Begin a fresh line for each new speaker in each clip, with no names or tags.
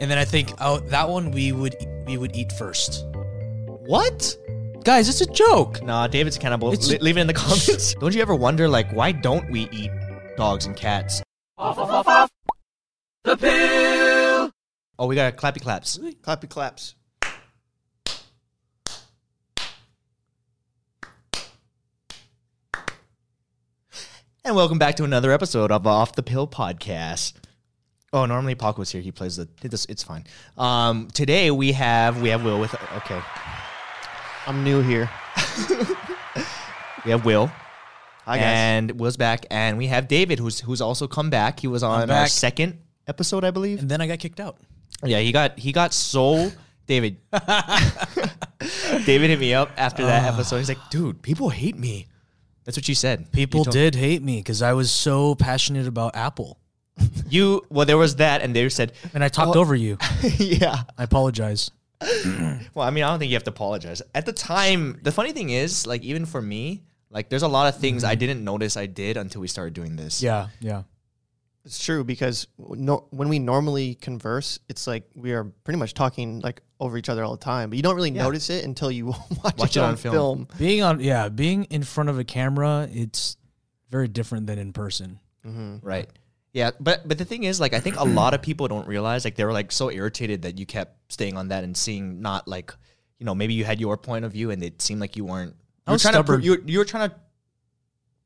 And then I think oh that one we would we would eat first.
What?
Guys, it's a joke.
Nah, David's a cannibal.
It's-
Le- leave it in the comments. Don't you ever wonder, like, why don't we eat dogs and cats? Oh, we got clappy claps.
Clappy claps.
And welcome back to another episode of Off the Pill Podcast. Oh, normally Paco's here. He plays the. This, it's fine. Um, today we have we have Will with. Okay,
I'm new here.
we have Will.
Hi guys.
and Will's back, and we have David, who's who's also come back. He was on our
back.
second episode, I believe.
And then I got kicked out.
Yeah, he got he got so David. David hit me up after that
Ah.
episode. He's like, "Dude, people hate me." That's what you said.
People
you told-
did hate me because I was so passionate about Apple.
You well, there was that, and they said,
And I talked over you.
"Yeah."
I apologize.
Well, I mean, I don't think you have to apologize. At the time, the funny thing is, like, even for me, like, there's a lot of things I didn't notice I did until we started doing this.
Mm-hmm. Yeah, yeah.
it's true because no, when we normally converse, it's like we are pretty much talking like over each other all the time, but you don't really
Yeah.
notice it until you watch,
Watch
it,
it
on,
on film.
film.
Being on yeah, being in front of a camera, it's very different than in person.
Right. Yeah, but but the thing is, like, I think a lot of people don't realize, like, they were like so irritated that you kept staying on that and seeing not like, you know, maybe you had your point of view and it seemed like you weren't. You
I was
were trying
stubborn.
To pro- you, you were trying to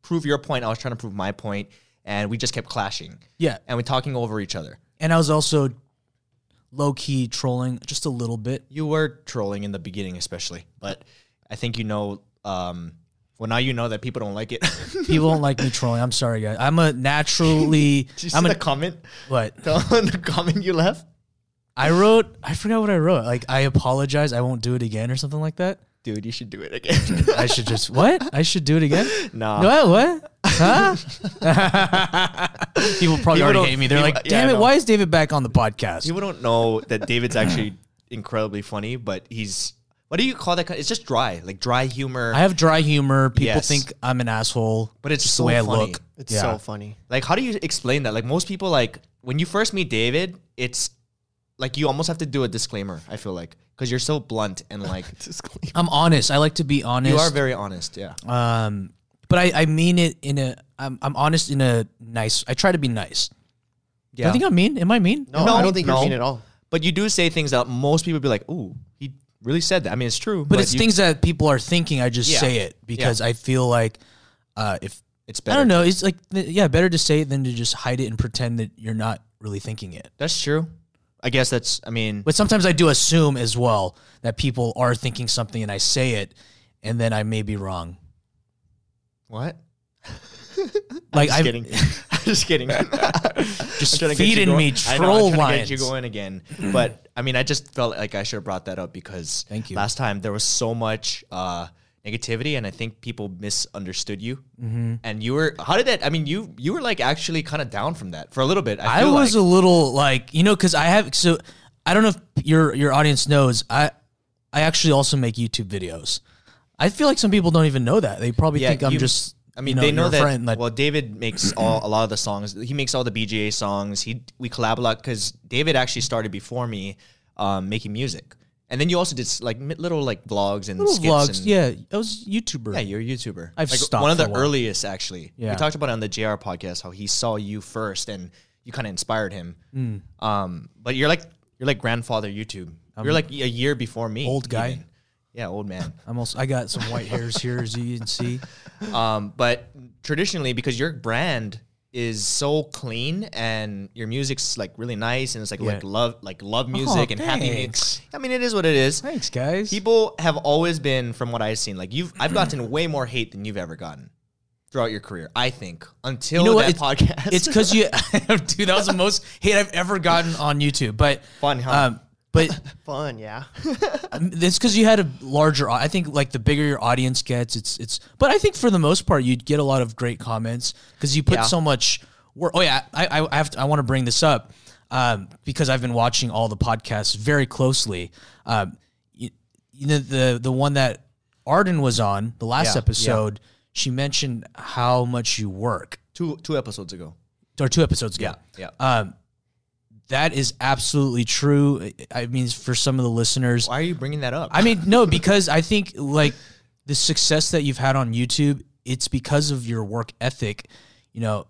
prove your point. I was trying to prove my point, and we just kept clashing
Yeah.
and we talking over each other.
And I was also low key trolling just a little bit.
You were trolling in the beginning, especially, but I think you know. um Well, now you know that people don't like it.
People don't like me trolling. I'm sorry, guys. I'm a naturally
Did you see
I'm
the
a
comment?
what?
The, the comment you left,
I wrote I forgot what I wrote. Like I apologize, I won't do it again or something like that.
dude. You should do it again.
I should just what? I should do it again?
nah.
No, what? Huh? People probably
People
already
don't-
hate me. They're like,
people- yeah, I
damn it,
know.
why is David back on the podcast?
People don't know that David's actually incredibly funny, but he's what do you call that? kind- It's just dry, like dry humor.
I have dry humor. People
Yes.
think I'm an asshole.
but it's
just
so
the way I
funny.
look.
It's
Yeah.
so funny.
Like, how do you explain that? Like, most people, like when you first meet David, it's like you almost have to do a disclaimer. I feel like because you're so blunt and like
Disclaimer.
I'm honest. I like to be honest.
you are very honest. Yeah,
um, but I, I mean it in a. I'm, I'm honest in a nice. I try to be nice.
yeah.
I think I'm mean. Am I mean?
No, I don't think
no.
you're mean at all.
but you do say things that most people be like, "Ooh, he really said that." I mean, it's true,
But, it's
you-
things that people are thinking. I just
Yeah.
say it because I feel like uh, if
It's
I
better.
don't know, it's like th- yeah, better to say it than to just hide it and pretend that you're not really thinking it.
That's true. I guess that's. I mean,
But sometimes I do assume as well that people are thinking something and I say it, and then I may be wrong.
what?
Like
Just
I
kidding. I'm just kidding.
just
trying to get you
feeding
going.
me
I know,
troll
I'm trying to
lines.
get you going again. But I mean, I just felt like I should have brought that up because
Thank you.
last time there was so much uh, negativity, and I think people misunderstood you. Mm-hmm. And you were how did that? I mean, you you were like actually kind of down from that for a little bit. I,
I
feel
was
like.
a little like you know because I have so I don't know if your your audience knows I I actually also make YouTube videos. I feel like some people don't even know that they probably think I'm
you-
just.
I mean,
you
they know
your
that.
friend, like,
well, David makes all a lot of the songs. He makes all the BGA songs. He we collab a lot because David actually started before me um, making music, and then you also did s- like mi- little like vlogs and
little
skits
vlogs.
and-
yeah, I was a YouTuber.
Yeah, you're a YouTuber.
I've
like
stopped
one of
for a
the
while.
earliest actually.
Yeah.
We talked about it on the JR podcast how he saw you first and you kind of inspired him.
Mm.
Um, but you're like you're like grandfather YouTube. you're like a year before me.
old guy.
even. Yeah, old man.
I'm also I got some white hairs here as you can see.
um, but traditionally because your brand is so clean and your music's like really nice and it's like like love like love music and happy
Oh, thanks.
music. I mean it is what it is.
Thanks, guys.
People have always been, from what I've seen, like you've. I've gotten way more hate than you've ever gotten throughout your career. I think until
You know
that
what?
podcast.
It's because you, dude. That was the most hate I've ever gotten on YouTube. But
Fun, huh?
Um, but
Fun, yeah.
um, it's because you had a larger. au- I think like the bigger your audience gets, it's it's. But I think for the most part, you'd get a lot of great comments because you put
Yeah.
so much work. Oh yeah, I I, I have to, I want to bring this up um, because I've been watching all the podcasts very closely. Um, you, you know the the one that Arden was on the last
Yeah,
episode. She mentioned how much you work,
two two episodes ago.
or two episodes ago.
yeah.
Um, That is absolutely true. I I mean, for some of the listeners,
Why are you bringing that up?
I mean, no, because I think like the success that you've had on YouTube, it's because of your work ethic. You know,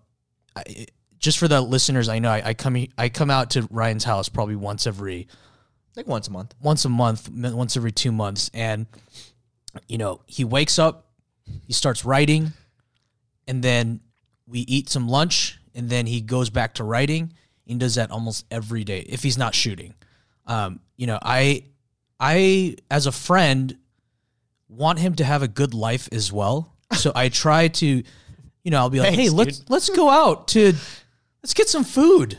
I, just for the listeners, I know I, I come he- I come out to Ryan's house probably once every
like once a month.
once a month, m- once every two months, and you know he wakes up, he starts writing, and then we eat some lunch, and then he goes back to writing. He does that almost every day if he's not shooting. Um, you know, I, I as a friend, want him to have a good life as well. So I try to, you know, I'll be like,
Thanks,
hey, let's let's go out to, let's get some food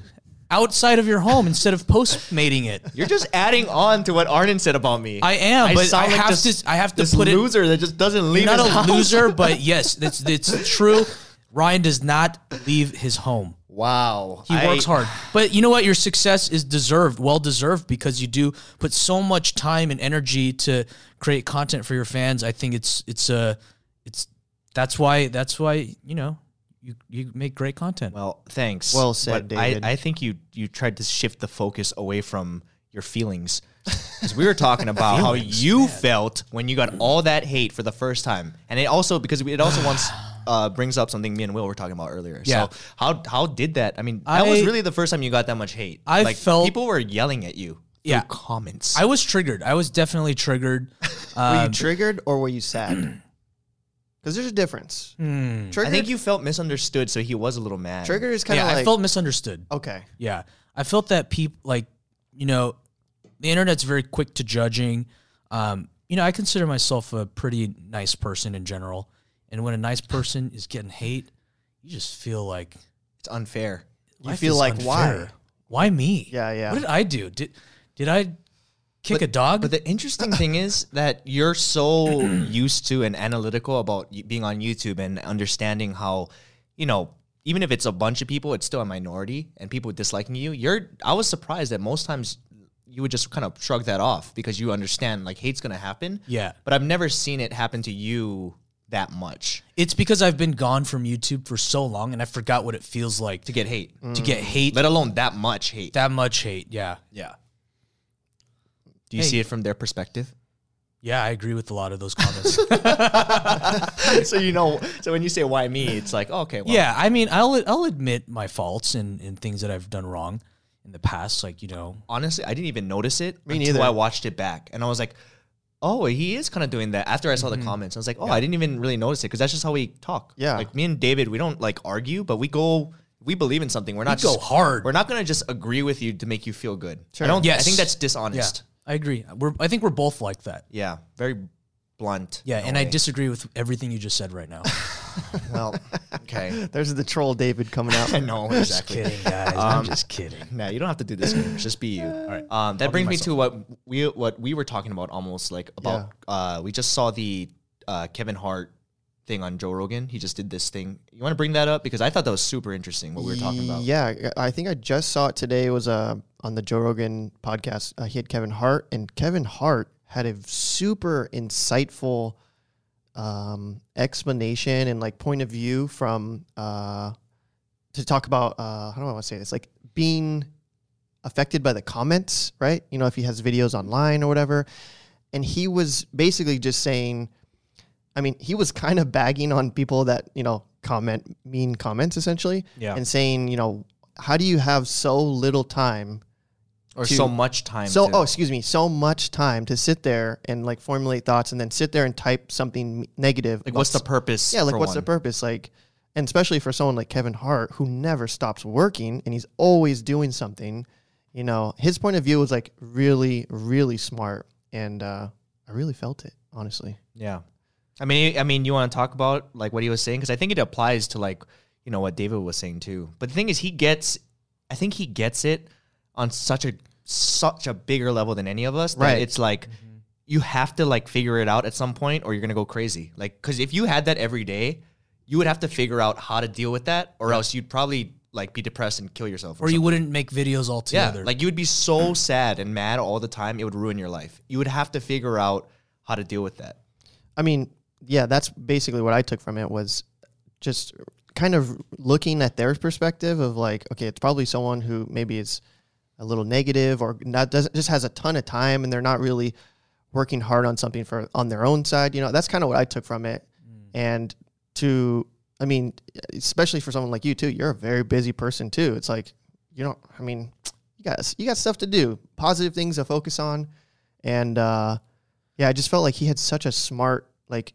outside of your home instead of postmating it.
You're just adding on to what Arnon said about me.
I am, but I
sound like
have
this-
to. I have to
this
put it.
loser that just doesn't leave.
You're not
his house.
a loser, but yes, it's it's true. Ryan does not leave his home.
Wow,
He
I-
works hard, but you know what? Your success is deserved, well deserved, because you do put so much time and energy to create content for your fans. I think it's it's a it's that's why that's why you know you you make great content.
Well, thanks.
Well said,
But I-
David.
I, think you you tried to shift the focus away from your feelings because we were talking about how you felt when you got all that hate for the first time, and it also because it also once uh, brings up something me and Will were talking about earlier.
Yeah.
So how how did that? I mean, that was
I-
really the first time you got that much hate.
I
like,
felt-
people were yelling at you. through
Yeah.
comments.
I was triggered. I was definitely triggered.
were you triggered or were you sad? Because there's a difference. Triggered,
I think you felt misunderstood, so he was a little mad.
triggered is kind
Yeah,
of like
I felt misunderstood.
okay.
Yeah. I felt that people like, you know, the internet's very quick to judging. Um, you know, I consider myself a pretty nice person in general. And when a nice person is getting hate, you just feel like
It's unfair.
You
life
feel
is
like
unfair. Why me?
Yeah, yeah.
What did I do? Did did I kick a dog?
But the interesting thing is that you're so used to and analytical about y- being on YouTube and understanding how, you know, even if it's a bunch of people, it's still a minority and people disliking you. You're I was surprised that most times you would just kind of shrug that off because you understand like hate's gonna happen.
Yeah.
But I've never seen it happen to you that much
it's because I've been gone from YouTube for so long and I forgot what it feels like
to
to,
get hate.
to get hate
Let alone that much hate.
that much hate. Yeah.
yeah. Do you
Hey.
see it from their perspective?
Yeah, I agree with a lot of those comments.
so you know so when you say why me, it's like "Oh, okay, well
Yeah, I mean, I'll I'll admit my faults and, and things that I've done wrong in the past. Like you know,
honestly, I didn't even notice it
Me
until
neither.
I watched it back, and I was like, "Oh, he is kind of doing that." After I saw the comments, I was like, "Oh, I didn't even really notice it because that's just how we talk."
Yeah.
like me and David, we don't like argue, but we go, we believe in something. We're not
go
just,
hard.
We're not gonna just agree with you to make you feel good.
Sure.
I don't. I
Yes.
think that's
yeah,
dishonest.
I agree. We're I think we're both like that.
Yeah, very blunt.
Yeah,
in a
and I
way.
disagree with everything you just said right now.
Well,
Okay,
there's the troll David coming out.
I know exactly.
kidding, guys. I'm just kidding.
Nah, you don't have to do this. Games. Just be you. All right. Um, that brings me to what we what we were talking about almost like about. Uh, we just saw the uh, Kevin Hart thing on Joe Rogan. He just did this thing. You want to bring that up because I thought that was super interesting what we were talking about.
Yeah, I I think I just saw it today. It was uh, on the Joe Rogan podcast. Uh, he had Kevin Hart, and Kevin Hart had a super insightful um, explanation and like point of view from uh, to talk about uh, how do I want to say this? Like being affected by the comments, right? You know, if he has videos online or whatever. And he was basically just saying, I mean, he was kind of bagging on people that, you know, comment mean comments essentially.
Yeah.
And saying, you know, how do you have so little time?
Or
To-
so much time.
So,
to-
oh, excuse me, so much time to sit there and like formulate thoughts and then sit there and type something negative.
like
about
what's the purpose?
yeah, like
for
what's the
one?
purpose? Like, and especially for someone like Kevin Hart, who never stops working and he's always doing something, you know, his point of view was like really, really smart. And uh, I really felt it, honestly.
Yeah. I mean, I mean, you want to talk about like what he was saying because I think it applies to like you know what David was saying too. But the thing is, he gets, I think he gets it on such a such a bigger level than any of us. that
Right.
It's like you have to like figure it out at some point, or you're gonna go crazy. Like, because if you had that every day, you would have to figure out how to deal with that, or else you'd probably like be depressed and kill yourself.
Or you wouldn't make videos
Yeah,
altogether.
like you would be so sad and mad all the time, it would ruin your life. You would have to figure out how to deal with that.
I mean, yeah, that's basically what I took from it was just kind of looking at their perspective of like, okay, it's probably someone who maybe is a little negative or not doesn't just has a ton of time and they're not really working hard on something for on their own side. You know, that's kind of what I took from it. And to I mean, especially for someone like you too, you're a very busy person too. It's like you don't. I mean, you got you got stuff to do, positive things to focus on, and uh, yeah, I just felt like he had such a smart, like,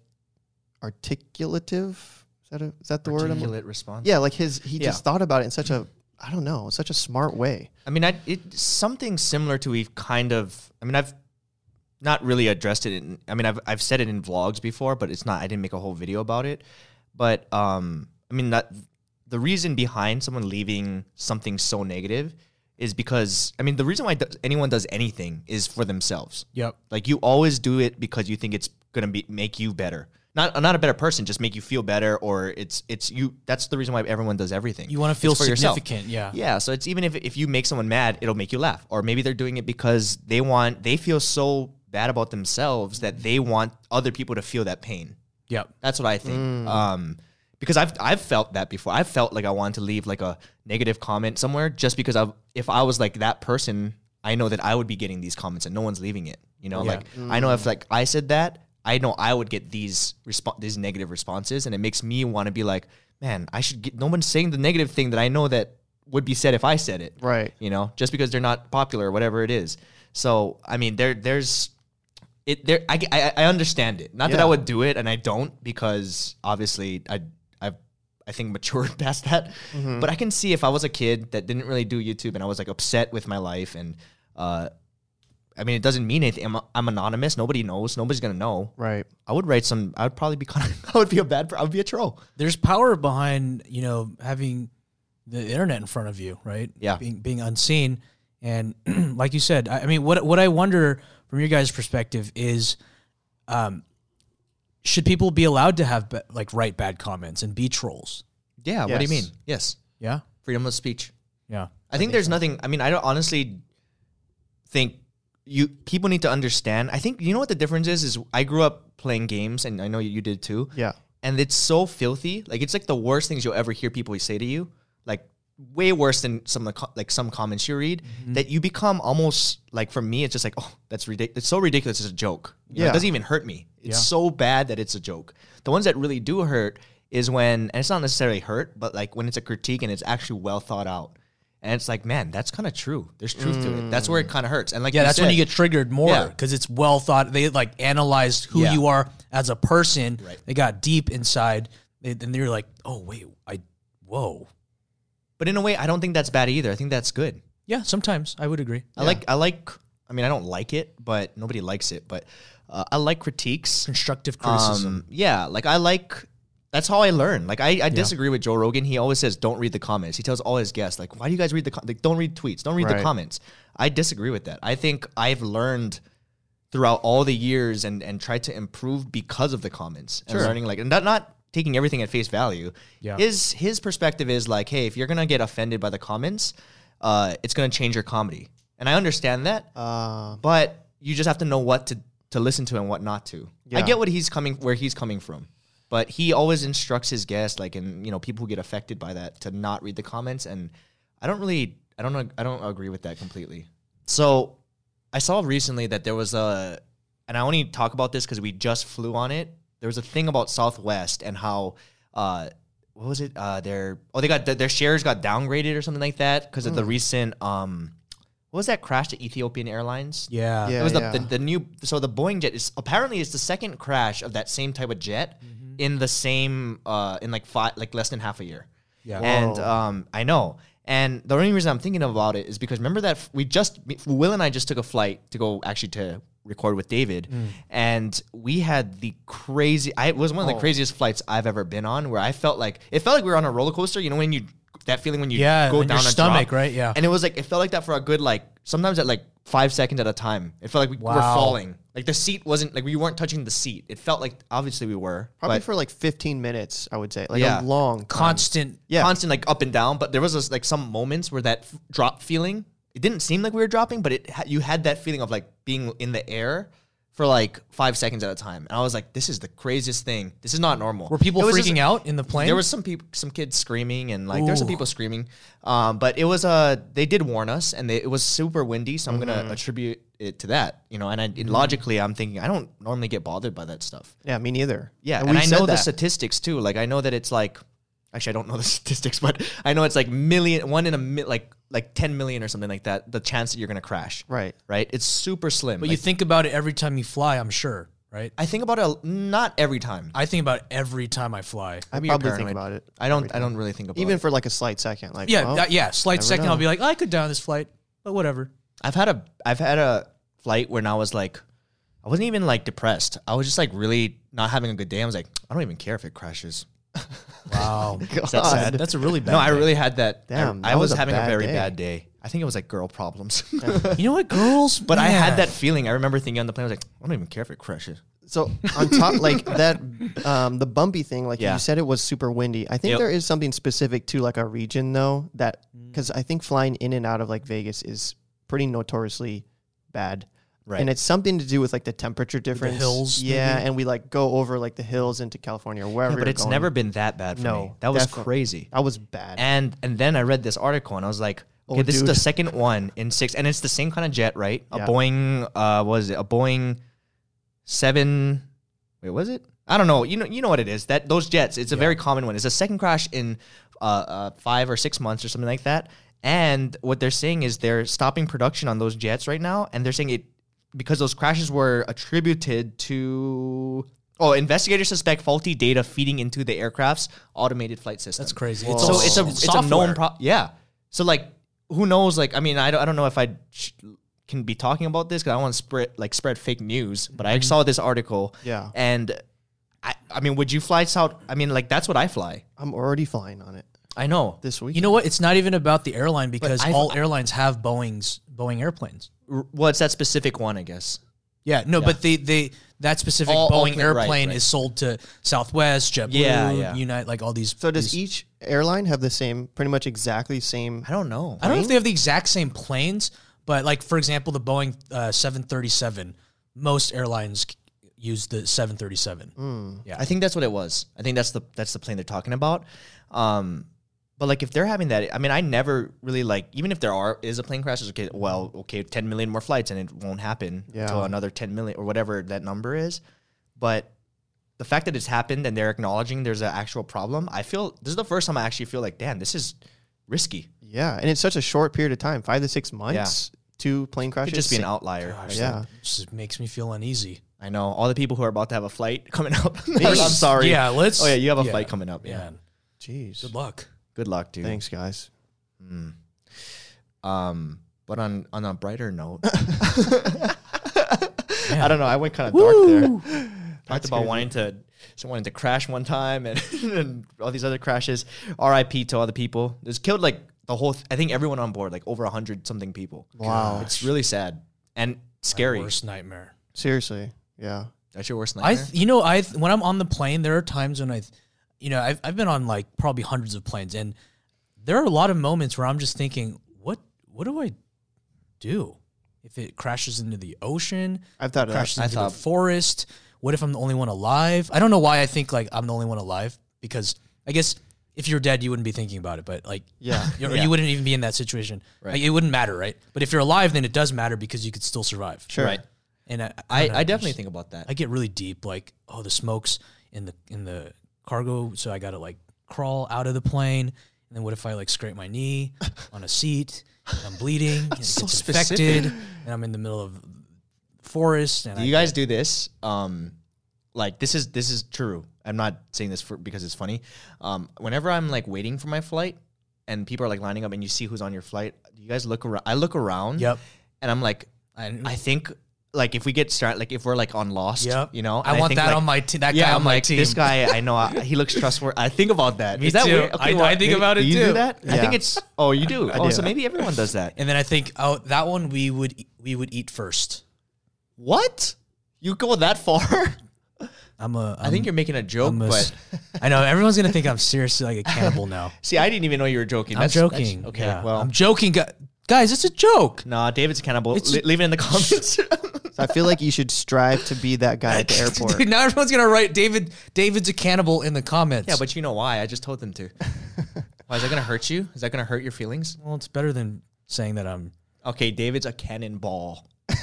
articulative. Is that a, is that the word? I'm-
Articulate response.
yeah, like his he
Yeah.
just thought about it in such a I don't know, such a smart way.
I mean, I, it something similar to we've kind of. I mean, I've not really addressed it. In, I mean, I've I've said it in vlogs before, but it's not. I didn't make a whole video about it. But um, I mean that the reason behind someone leaving something so negative is because I mean the reason why th- anyone does anything is for themselves.
Yep.
Like you always do it because you think it's gonna be make you better. Not not a better person, just make you feel better, or it's it's you. That's the reason why everyone does everything.
You want to feel
It's for yourself.
significant. Yeah.
Yeah, so it's even if, if you make someone mad, it'll make you laugh. Or maybe they're doing it because they want they feel so bad about themselves that they want other people to feel that pain.
Yep.
That's what I think. Um, because I've I've felt that before. I felt like I wanted to leave like a negative comment somewhere just because I if I was like that person, I know that I would be getting these comments and no one's leaving it. You know,
Yeah.
like I know if like I said that, I know I would get these resp- these negative responses, and it makes me want to be like, man, I should get no one's saying the negative thing that I know that would be said if I said it
Right.
you know just because they're not popular or whatever it is so i mean there there's it there i i, I understand it not that i
Yeah.
would do it and i don't because obviously i i've i think matured past that
Mm-hmm.
but i can see if i was a kid that didn't really do youtube and i was like upset with my life and uh I mean, it doesn't mean anything. I'm, I'm anonymous. Nobody knows. Nobody's gonna know.
Right.
I would write some. I would probably be. Kind I would be a bad. per- I would be a troll.
There's power behind you know having the internet in front of you, right?
Yeah.
Being being unseen, and like you said, I, I mean, what what I wonder from your guys' perspective is, um, should people be allowed to have ba- like write bad comments and be trolls?
Yeah. What do you
Yes.
mean? Yes.
Yeah.
Freedom of speech.
Yeah.
I think there's nothing. I mean, I don't honestly think you people need to understand. I think you know what the difference is. Is I grew up playing games, and I know you did too.
Yeah.
And it's so filthy. Like it's like the worst things you'll ever hear people say to you. Like way worse than some of the co- like some comments you read
Mm-hmm.
that you become almost like for me it's just like oh that's ridiculous it's so ridiculous it's a joke You know, it
Yeah.
doesn't even hurt me it's
Yeah.
so bad that it's a joke the ones that really do hurt is when and it's not necessarily hurt but like when it's a critique and it's actually well thought out and it's like man that's kind of true there's truth to it that's where it kind of hurts and like
Mm. Yeah,
you
that's when
said-
you get triggered more
Yeah.
because it's well thought. They like analyzed who
Yeah.
you are as a person.
Right.
They got deep inside, they, and they're like, "Oh wait, I whoa."
but in a way i don't think that's bad either i think that's good
Yeah, sometimes I would agree.
I like I like I mean I don't like it, but nobody likes it. But uh, I like critiques.
constructive criticism.
Um, yeah, like I like that's how I learn. Like I, I disagree with Joe Rogan. He always says don't read the comments. He tells all his guests like why do you guys read the com- like don't read tweets, don't read the
Right.
comments. I disagree with that. I think I've learned throughout all the years and and tried to improve because of the comments and learning like and not not taking everything at face value.
Yeah.
His his perspective is like, hey, if you're gonna get offended by the comments, uh, it's gonna change your comedy. And I understand that
Uh,
but you just have to know what to to listen to and what not to. I
Yeah.
get what he's coming where he's coming from, but he always instructs his guests, like and you know people who get affected by that, to not read the comments. And I don't really, I don't, ag- I don't agree with that completely. So I saw recently that there was a, and I only talk about this because we just flew on it. There was a thing about Southwest and how, uh, what was it? Uh, their oh they got their shares got downgraded or something like that because of the recent um, what was that crash to Ethiopian Airlines?
yeah.
Yeah.
it was the, the, the new so the Boeing jet is apparently it's the second crash of that same type of jet
Mm-hmm.
in the same uh in like five like less than half a year.
Yeah.
And
Whoa.
um I know. And the only reason I'm thinking about it is because remember that f- we just Will and I just took a flight to go actually to record with David
Mm.
and we had the crazy I it was
Oh.
one of the craziest flights I've ever been on where I felt like it felt like we were on a roller coaster, you know when you that feeling when you
Yeah,
go
when your
down a
stomach,
drop?
right? Yeah.
And it was like it felt like that for a good like sometimes at like five seconds at a time. It felt like we were
Wow.
falling. Like the seat wasn't like we weren't touching the seat. It felt like obviously we were.
probably
but
for like 15 minutes, I would say, like
Yeah.
a long.
Constant.
yeah.
constant like up and down. But there was this, like some moments where that f- drop feeling. It didn't seem like we were dropping, but it ha- you had that feeling of like being in the air for like five seconds at a time. And I was like, this is the craziest thing. This is not normal.
Were people
It was
freaking
just-
out in the plane?
There was some people, some kids screaming, and like there were some
Ooh.
people screaming. Um, but it was uh they did warn us, and they, it was super windy, so I'm
Mm-hmm.
gonna attribute it to that. You know, and I and logically I'm thinking I don't normally get bothered by that stuff.
Yeah, me neither.
Yeah,
and,
and,
we
I
said
know the
that.
statistics too. Like I know that it's like actually I don't know the statistics, but I know it's like million one in a mi- like like 10 million or something like that the chance that you're going to crash.
right.
Right? It's super slim.
but
Like,
you think about it every time you fly, I'm sure, right?
I think about it a- not every time.
I think about it every time I fly.
I
Maybe you're
probably think
paranoid.
about it.
I don't I don't really think about
Even
it.
for like a slight second. Like, oh,
Yeah,
well,
that- yeah. Slight
never
second, I'll
know.
be like, "Oh, I could die on this flight, but whatever.
I've had a I've had a flight when I was like I wasn't even like depressed. I was just like really not having a good day. I was like, I don't even care if it crashes.
Wow,
God.
that sad?
that's a really bad.
no, I really had that.
Damn,
I, I
that
was,
was a
having a
bad
very
day.
bad day. I think it was like girl problems.
You know what, girls?
But I had
man.
that feeling. I remember thinking on the plane, I was like, I don't even care if it crashes.
So on top, like that, um, the bumpy thing, like
Yeah.
you said, it was super windy. I think
Yep. Mm.
there is something specific to like our region though, that because I think flying in and out of like Vegas is pretty notoriously bad.
Right.
And it's something to do with like the temperature difference.
hills,
Yeah.
maybe?
And we like go over like the hills into California or wherever.
but
you're
it's
going.
never been that bad for me.
No,
That was
definitely.
crazy.
That was bad.
And and then I read this article and I was like, okay, this is the
Oh, dude.
second one in six, and it's the same kind of jet, right? A
Yeah.
Boeing, uh, what was it a Boeing seven? Wait, was it? I don't know. You know, you know what it is. That those jets. It's a very common one. It's a second crash in uh, uh, five or six months or something like that. And what they're saying is they're stopping production on those jets right now, and they're saying it because those crashes were attributed to. Oh, investigators suspect faulty data feeding into the aircraft's automated flight system.
That's crazy.
Whoa.
It's
So
all
it's a it's a known
software.
problem. Yeah. So like, who knows? Like, I mean, I don't, I don't know if I sh- can be talking about this because I don't want to spread like spread fake news. But I saw this article.
Yeah.
And I I mean, would you fly south? I mean, like that's what I fly.
I'm already flying on it
I know.
this week.
You know what? It's not even about the airline because
I've-
all airlines have Boeing's Boeing airplanes.
R- Well, it's that specific one, I guess.
Yeah, no, but they they that specific
All
Boeing
ultimate- right,
airplane
right.
is sold to Southwest, JetBlue,
Yeah, yeah.
Unite, like all these.
so does
these-
each airline have the same, pretty much exactly same?
I don't know.
I don't know if they have the exact same planes, but like for example, the Boeing uh, 737, most airlines c- use the 737.
Mm,
Yeah.
I think that's what it was. I think that's the that's the plane they're talking about. Um, but like if they're having that, I mean, I never really like even if there are is a plane crash, it's okay. Well, okay, ten million more flights, and it won't happen
Yeah.
until another ten million or whatever that number is. But the fact that it's happened and they're acknowledging there's an actual problem, I feel this is the first time I actually feel like, damn, this is risky.
Yeah. And it's such a short period of time, five to six months, two plane
It
crashes.
could just be an outlier.
Yeah.
It just makes me feel uneasy.
I know all the people who are about to have a flight coming up. I'm sorry.
Yeah, let's.
Oh yeah, you have a flight coming up. Yeah.
Man,
Jeez.
good luck.
Good luck, dude.
Thanks, guys.
Um, but on on a brighter note, I don't know. I went kind of dark there. Talked about wanting to someone to crash one time and, and all these other crashes. R.I.P. to all the people. It's killed like the whole. Th- I think everyone on board, like over hundred something people.
Wow.
it's really sad and scary.
Worst nightmare.
Seriously. Yeah.
That's your worst nightmare.
I, th- you know, I th- when I'm on the plane, there are times when I, th- you know, I've I've been on like probably hundreds of planes, and there are a lot of moments where I'm just thinking, what what do I do if it crashes into the ocean?
I've thought of
crashes
that.
I
into
thought-
the forest. What if I'm the only one alive? I don't know why I think like I'm the only one alive because I guess if you're dead, you wouldn't be thinking about it, but like
Yeah.
you, you wouldn't even be in that situation. Like, it wouldn't matter, right? But if you're alive, then it does matter because you could still survive.
Sure.
Right.
And I,
I,
don't know,
I
it's
definitely
just-
think about that.
I get really deep, like oh the smokes in the in the cargo, so I gotta like crawl out of the plane. And then what if I like scrape my knee on a seat? and I'm bleeding. and it
so
gets
specific.
infected, and I'm in the middle of forest. And
Do
I,
you guys do this? Um, like this is this is true. I'm not saying this for because it's funny. Um, whenever I'm like waiting for my flight and people are like lining up and you see who's on your flight, you guys look around. I look around.
Yep.
And I'm like,
I-
I think like if we get start like if we're like on Lost.
Yep.
You know,
I
and
want
think,
that
like,
on my te- that
yeah,
guy
I'm
on my
like,
team.
This guy, I know I, he looks trustworthy. I think about that.
Me
Is that
too.
weird?
I- I think
maybe-
about it
do you
too.
do that? I
Yeah.
think it's. Oh, you do. oh,
do.
so maybe everyone does that.
And then I think oh that one we would e, we would eat first.
What? You go that far?
I'm a. I'm,
I think you're making a joke,
I'm a
but
s- I know everyone's gonna think I'm seriously like a cannibal now.
See, I didn't even know you were joking.
I'm
That's- that's-
joking.
okay,
Yeah.
well,
I'm joking, gu- guys. It's a joke.
nah, David's a cannibal.
It's-
Le- leave it in the comments.
So I feel like you should strive to be that guy at the airport.
Dude, now everyone's gonna write David. David's a cannibal in the comments.
Yeah, but you know why? I just told them to. why is that gonna hurt you? Is that gonna hurt your feelings?
well, it's better than saying that I'm
Okay, David's a cannonball. is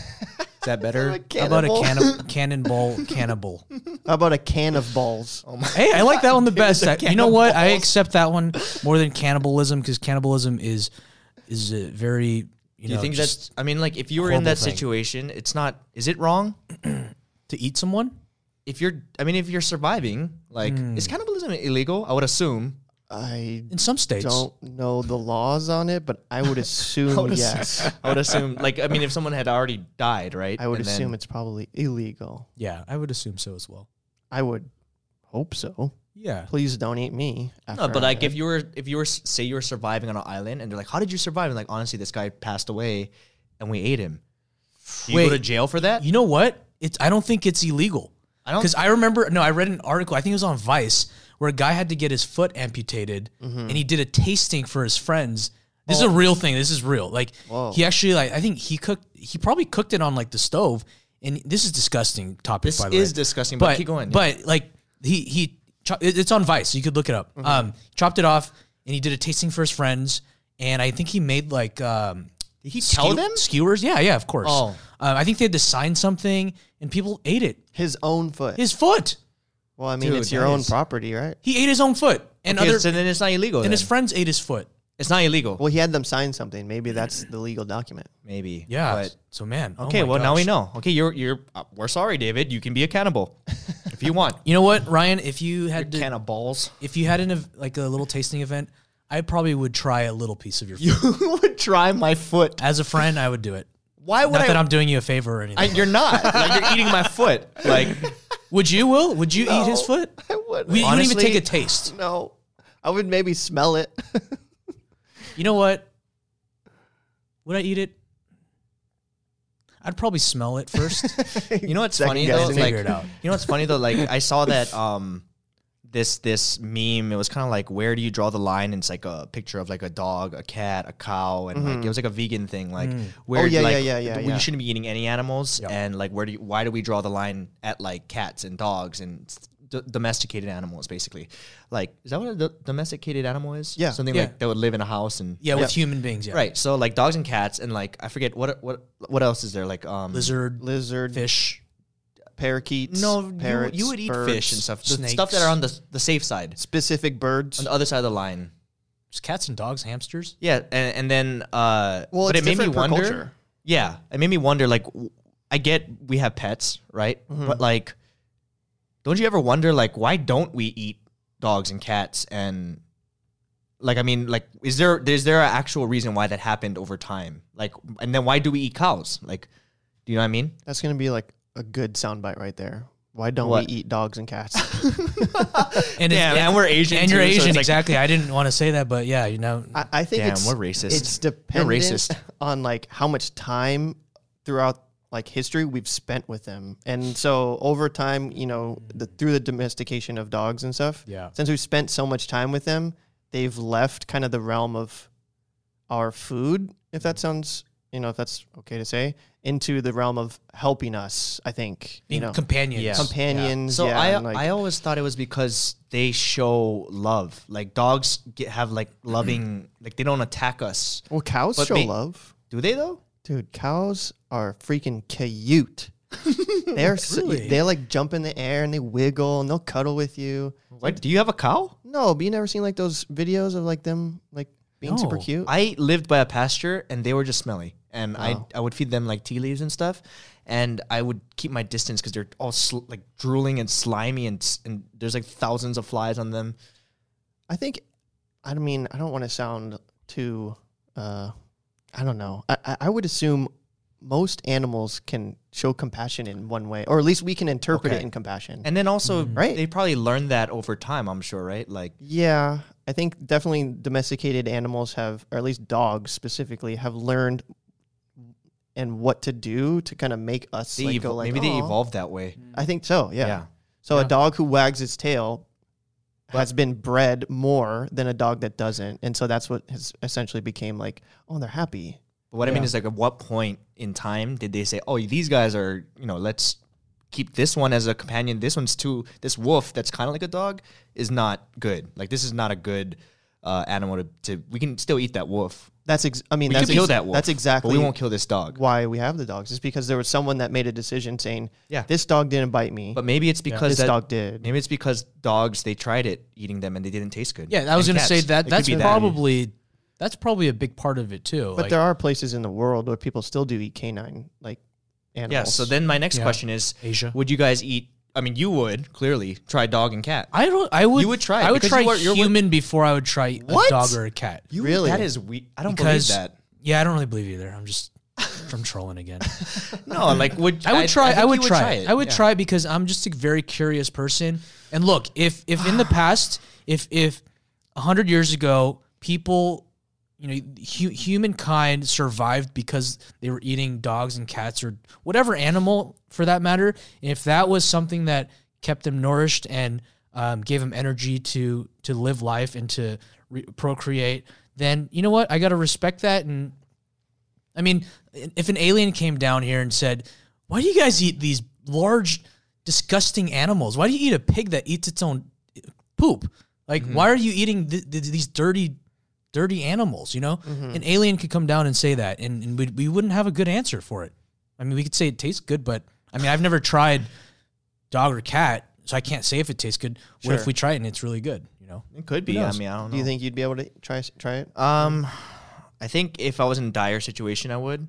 that better?
how about a canni- cannonball cannibal.
How about a can of balls? Oh
Hey, I like that one the best. I, you know what? I accept that one more than cannibalism because cannibalism is is a very you know
Do you think
just
that's? I mean, like, if you were in
horrible
that
thing.
situation, it's not. Is it wrong?
to eat someone.
If you're, I mean, if you're surviving, like,
Hmm.
is cannibalism illegal? I would assume.
I
In some states,
don't know the laws on it, but I would assume
would assume-
yes.
I would assume, like, I mean, if someone had already died, right?
I would
And then-
assume it's probably illegal.
yeah, I would assume so as well.
I would hope so.
Yeah,
Please don't eat me.
No,
after
but
I
like, if
live.
you were, if you were, say, you were surviving on an island, and they're like, "How did you survive?" And like, honestly, this guy passed away, and we ate him. Do you
Wait.
go to jail for that?
you know what? It's I don't think it's illegal.
I don't-
because I remember no, I read an article. I think it was on Vice where a guy had to get his foot amputated,
Mm-hmm.
and he did a tasting for his friends. This
Oh.
is a real thing. This is real. Like he actually like I think he cooked. He probably cooked it on like the stove. And this is disgusting topic.
This
by the way.
is disgusting, but keep going.
But like he he, cho- it- it's on Vice. You could look it up.
Mm-hmm.
Um, chopped it off, and he did a tasting for his friends. And I think he made like um, did he
tell them?
skewers? Yeah, yeah, of course.
Oh.
Um, I think they had to sign something, and people ate it.
his own foot.
His foot.
well, I mean,
Dude,
it's your
that
own
is-
property, right?
He ate his own foot, and
Okay,
other
so then it's not illegal.
and
then.
his friends ate his foot.
It's not illegal.
Well, he had them sign something. Maybe that's the legal document.
Maybe.
Yeah.
But
so man. oh
okay.
my
well, now we
gosh.
know. Okay, you're you're. Uh, we're sorry, David. You can be a cannibal if you want.
You know what, Ryan? If you had to,
Cannibals.
if you had an ev- like a little tasting event, I probably would try a little piece of your foot.
You would try my foot.
As a friend, I would do it.
Why would
Not that
I?
I'm doing you a favor or
I-
anything.
you're not. Like you're eating my foot. Like
would you, Will? Would you eat his foot?
I would.
We, you wouldn't even take
Honestly-
a taste.
no, I would maybe smell it.
You know what? Would I eat it? I'd probably smell it first.
you know what's
Second
funny though?
guessing.
Like
Figure it out.
you know what's funny though? Like I saw that um this this meme. It was kind of like where do you draw the line? And it's like a picture of like a dog, a cat, a cow, and like it was like a vegan thing. Like where
Mm-hmm. Oh, yeah,
like,
yeah, yeah, yeah,
we
yeah.
shouldn't be eating any animals.
Yeah.
And like where do you, why do we draw the line at like cats and dogs and s- d- domesticated animals basically? Like is that what a do- domesticated animal is?
Yeah.
something
Yeah.
like that would live in a house and
Yeah, with human beings. Yeah,
Right, so like dogs and cats, and like I forget what what what else is there like um
Lizard,
Lizard,
fish,
parakeets.
No, you-
parrots,
you, would eat fish and
birds,
stuff. The stuff that
snakes.
are on the, the safe side,
Specific birds.
on the other side of the line.
Just cats and dogs, hamsters.
Yeah, and, and then uh,
Well,
but
it's
it made me
different per
wonder.
culture.
Yeah, it made me wonder. Like, w- I get we have pets, right? But like, don't you ever wonder like why don't we eat dogs and cats and like I mean like is there is there an actual reason why that happened over time? Like, and then why do we eat cows? Like, do you know what I mean?
That's gonna be like a good soundbite right there. Why don't
What?
we eat dogs and cats?
And
Damn,
it,
and we're Asian
and you're
too, so it's
Asian,
like-
exactly. I didn't want to say that, but yeah, you know,
I, I think
Damn,
it's
we're racist.
It's dependent
racist.
on like how much time throughout like history we've spent with them, and so over time, you know, the, through the domestication of dogs and stuff.
Yeah.
Since we've spent so much time with them, they've left kind of the realm of our food, if
Mm-hmm.
that sounds, you know, if that's okay to say, into the realm of helping us. I think you
being
know,
companions.
Yeah.
companions.
So
yeah,
I
and, like,
I always thought it was because they show love. Like dogs get, have like
Mm.
loving like they don't attack us.
well, cows
but
show
me-
love.
Do they though?
Dude, cows are freaking cute. They're so,
Really?
they like jump in the air and they wiggle and they'll cuddle with you.
What? Do you have a cow?
No, but you never seen like those videos of like them like being super
No.
cute.
I lived by a pasture and they were just smelly. And I, I would feed them like tea leaves and stuff. And I would keep my distance because they're all sl- like drooling and slimy and, s- and there's like thousands of flies on them.
I think, I mean, I don't want to sound too, uh, I don't know. I, I- I would assume most animals can show compassion in one way, or at least we can interpret it
Okay.
in compassion.
And then also,
Right.
They probably learned that over time. I'm sure, right? Like,
Yeah, I think definitely domesticated animals have, or at least dogs specifically, have learned and what to do to kind of make us
they
like,
evo-
go like,
maybe they
"Aw."
evolved that way.
I think so. Yeah.
Yeah.
So a dog who wags its tail has been bred more than a dog that doesn't, and so that's what has essentially became like, oh, they're happy.
But what I mean
Yeah.
is like, at what point in time did they say, "Oh, these guys are, you know, let's keep this one as a companion. This one's too. This wolf that's kind of like a dog is not good. Like this is not a good uh, animal to, to. We can still eat that wolf.
That's ex- I mean
We
that's
could kill
ex-
that wolf.
That's exactly
But we won't kill this dog.
why we have the dogs. It's because there was someone that made a decision saying,
Yeah.
this dog didn't bite me.
But maybe it's because
this
that,
dog did.
Maybe it's because dogs they tried it eating them and they didn't taste good.
Yeah, I was
And
going to say
cats. It
that
could
that's
be that.
probably that's probably a big part of it too.
But
Like,
there are places in the world where people still do eat canine like animals.
Yeah. So then my next
Yeah.
question is,
Asia.
would you guys eat? I mean, you would clearly try dog and cat.
I don't. I would.
You would try it
I would
because
try
you are- you're-
human before I would try
What?
a dog or a cat.
You
Really?
That is we. I don't
Because-
believe that.
Yeah, I don't really believe either. I'm just I'm trolling again.
No, like would
I would try. I,
think
would,
you
try. it. I would
Yeah.
try because I'm just a very curious person. And look, if if in the past, if if hundred years ago, people, you know, hu- humankind survived because they were eating dogs and cats or whatever animal for that matter. And if that was something that kept them nourished and um, gave them energy to to live life and to re- procreate, then you know what? I got to respect that and I mean, if an alien came down here and said, "Why do you guys eat these large, disgusting animals? Why do you eat a pig that eats its own poop? Like, why are you eating th- th- these dirty, dirty animals?" You know, an alien could come down and say that, and, and we we wouldn't have a good answer for it. I mean, we could say it tastes good, but I mean, I've never tried dog or cat, so I can't say if it tastes good. What if
Sure.
we try it and it's really good? You know,
It could be. I
knows?
mean, I don't know.
Do you think you'd be able to try try it?
Um, I think if I was in a dire situation, I would,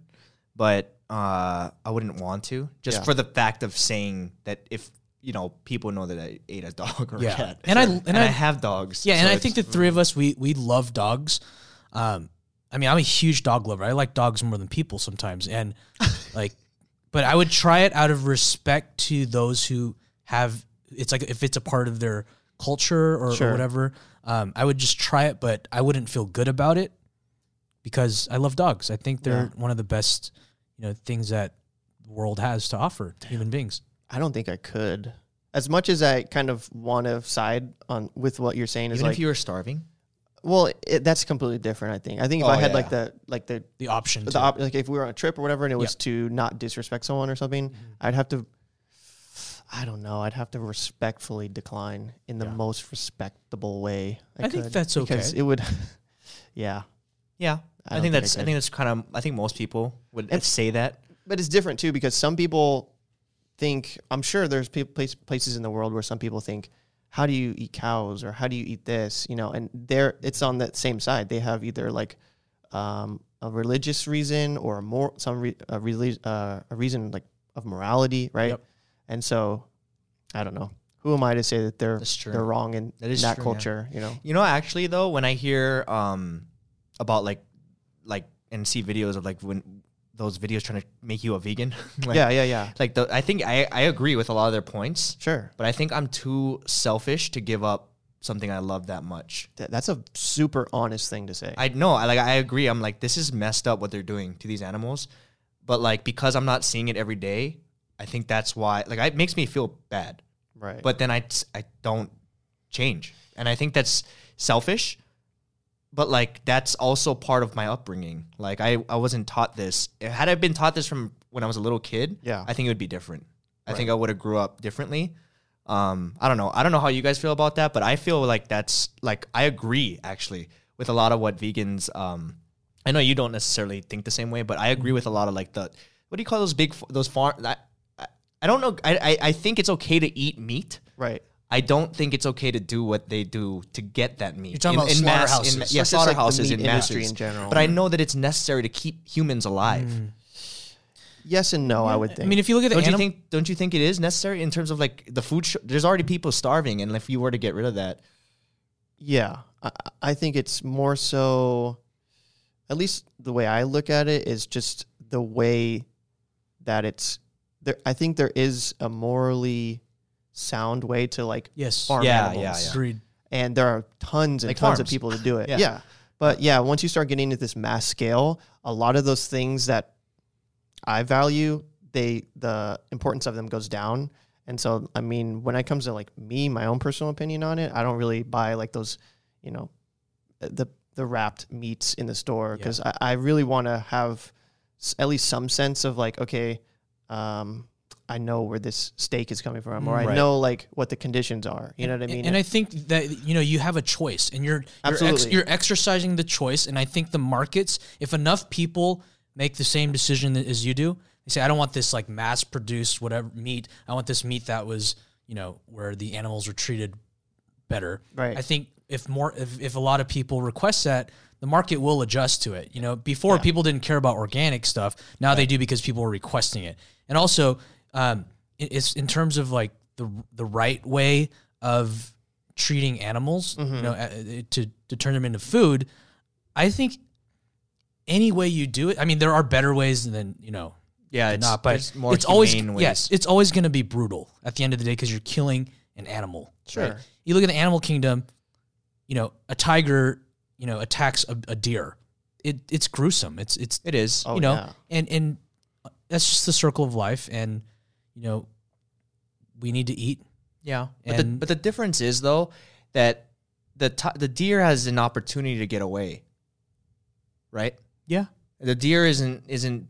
but uh, I wouldn't want to just
Yeah.
for the fact of saying that if you know people know that I ate a dog or
Yeah.
a cat,
And I-
and,
and
I,
I-
have dogs.
Yeah, and I
so it's-
think the three of us we we love dogs. Um, I mean, I'm a huge dog lover. I like dogs more than people sometimes, and like, but I would try it out of respect to those who have. It's like if it's a part of their culture or, or
Sure.
whatever. Um, I would just try it, but I wouldn't feel good about it because I love dogs. I think they're one of the best, you know, things that the world has to offer to human beings.
I don't think I could. As much as I kind of want to side on with what you're saying is
even
like
if you were starving,
well it, that's completely different I think. I think if
Oh,
I had
yeah.
like the like the
The option.
the
to-
op- like if we were on a trip or whatever and it was to not disrespect someone or something, I'd have to I don't know, I'd have to respectfully decline in the most respectable way. I,
I think
could,
that's
because
okay.
It would yeah.
yeah, I, think
don't think I
that's I,
could.
think that's kind of I think most people would say that.
But it's different too because some people think I'm sure there's pe- place, places in the world where some people think how do you eat cows or how do you eat this you know and they're it's on that same side they have either like um, a religious reason or a more some re, a, reli- uh, a reason like of morality right
Yep.
and so I don't know who am I to say that they're
That's true.
they're wrong in
That
that,
is true, yeah.
culture you know
You know, actually though, when I hear um about like like and see videos of like when those videos trying to make you a vegan, like,
yeah yeah yeah
like the I think I I agree with a lot of their points.
sure
but I think I'm too selfish to give up something I love that much.
Th- that's a super honest thing to say
I know, I like I agree. I'm like this is messed up what they're doing to these animals, but like because I'm not seeing it every day, I think that's why like it makes me feel bad.
right
But then I t- I don't change, and I think that's selfish. But like that's also part of my upbringing. Like I I wasn't taught this. Had I been taught this from when I was a little kid,
Yeah.
I think it would be different. I think I would have grew up differently. Um, I don't know. I don't know how you guys feel about that, but I feel like that's like I agree actually with a lot of what vegans. Um, I know you don't necessarily think the same way, but I agree with a lot of like the what do you call those big f- those farm. I, I- I don't know. I, I I think it's okay to eat meat.
right
I don't think it's okay to do what they do to get that meat.
You're talking about slaughterhouses.
in, ma-
So
yeah,
just like the
slaughterhouses
meat
in
industry
masses.
in general. Mm.
But I know that it's necessary to keep humans alive.
yes and no I would
I
think
mean, if you look at the
Don't you
animal,
think? Don't you think it is necessary in terms of like the food? Sh- there's already people starving, and if you were to get rid of that,
Yeah, I, I think it's more so, at least the way I look at it is just the way that it's there. I think there is a morally sound way to like
yes,
farm
Yeah,
animals,
yeah, yeah.
agreed.
and there are tons and
Like
tons
farms.
of people to do it.
Yeah.
yeah. but yeah, once you start getting into this mass scale, a lot of those things that I value, they the importance of them goes down. And so, I mean, when it comes to like me, my own personal opinion on it, I don't really buy like those, you know, the the wrapped meats in the store because I, I really want to have s- at least some sense of like, okay, um, I know where this steak is coming from, or I
Right.
know like what the conditions are. You know what I mean?
and I think that you know you have a choice, and you're you're, ex-
Absolutely.
you're exercising the choice. And I think the markets, if enough people make the same decision that, as you do, they say, "I don't want this like mass-produced whatever meat. I want this meat that was you know where the animals were treated better."
Right.
I think if more if, if a lot of people request that. The market will adjust to it. You know, before people didn't care about organic stuff. Now they do because people are requesting it. And also, um, it- it's in terms of like the the right way of treating animals, you know, a- a- to to turn them into food. I think any way you do it, I mean, there are better ways than you know,
Yeah,
than
it's-
not, but
there's more
it's always
humane ways.
yes, it's always going to be brutal at the end of the day because you're killing an animal.
Sure.
You look at the animal kingdom, you know, a tiger, you know, attacks a, a deer. It it's gruesome. It's it's
It is.
Oh,
you know,
yeah.
and and that's just the circle of life, and you know, we need to eat.
Yeah, but the,
And-
but the difference is though that the t- the deer has an opportunity to get away, right?
Yeah,
The deer isn't isn't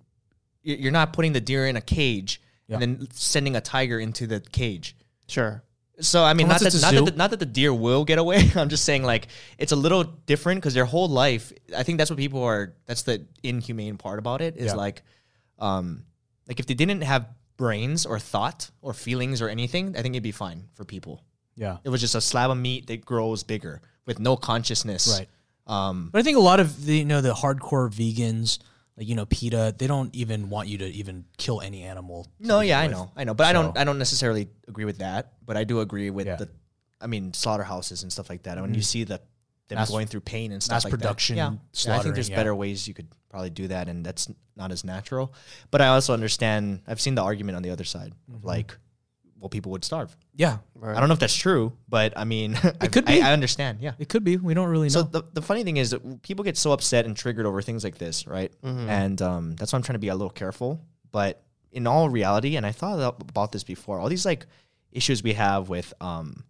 y- you're not putting the deer in a cage
Yeah.
and then sending a tiger into the cage.
Sure.
So I mean,
Unless
not that,
it's a
not,
zoo.
that the, not that the deer will get away. I'm just saying like it's a little different because their whole life. I think that's what people are. That's the inhumane part about it is
Yeah.
like, um, like if they didn't have brains or thought or feelings or anything, I think it'd be fine for people.
yeah.
It was just a slab of meat that grows bigger with no consciousness.
Right.
Um,
But I think a lot of the, you know the hardcore vegans, like you know PETA, they don't even want you to even kill any animal.
no, yeah, I know, I know, but I don't,
So-
I don't necessarily agree with that. But I do agree with
Yeah. Mm.
the, I mean, slaughterhouses and stuff like that. When you see the them
Mass-
going through pain and stuff
mass
like
production
that, yeah. yeah, I think there's
slaughtering, yeah.
better ways you could probably do that, and that's not as natural. But I also understand. I've seen the argument on the other side,
Mm-hmm.
of like, well, people would starve.
Yeah,
I don't know if that's true, but I mean, I,
could
I,
be.
I understand. Yeah.
it could be. We don't really know.
So the, the funny thing is that people get so upset and triggered over things like this, right? And um, that's why I'm trying to be a little careful. But in all reality, and I thought a- about this before, all these like issues we have with, um,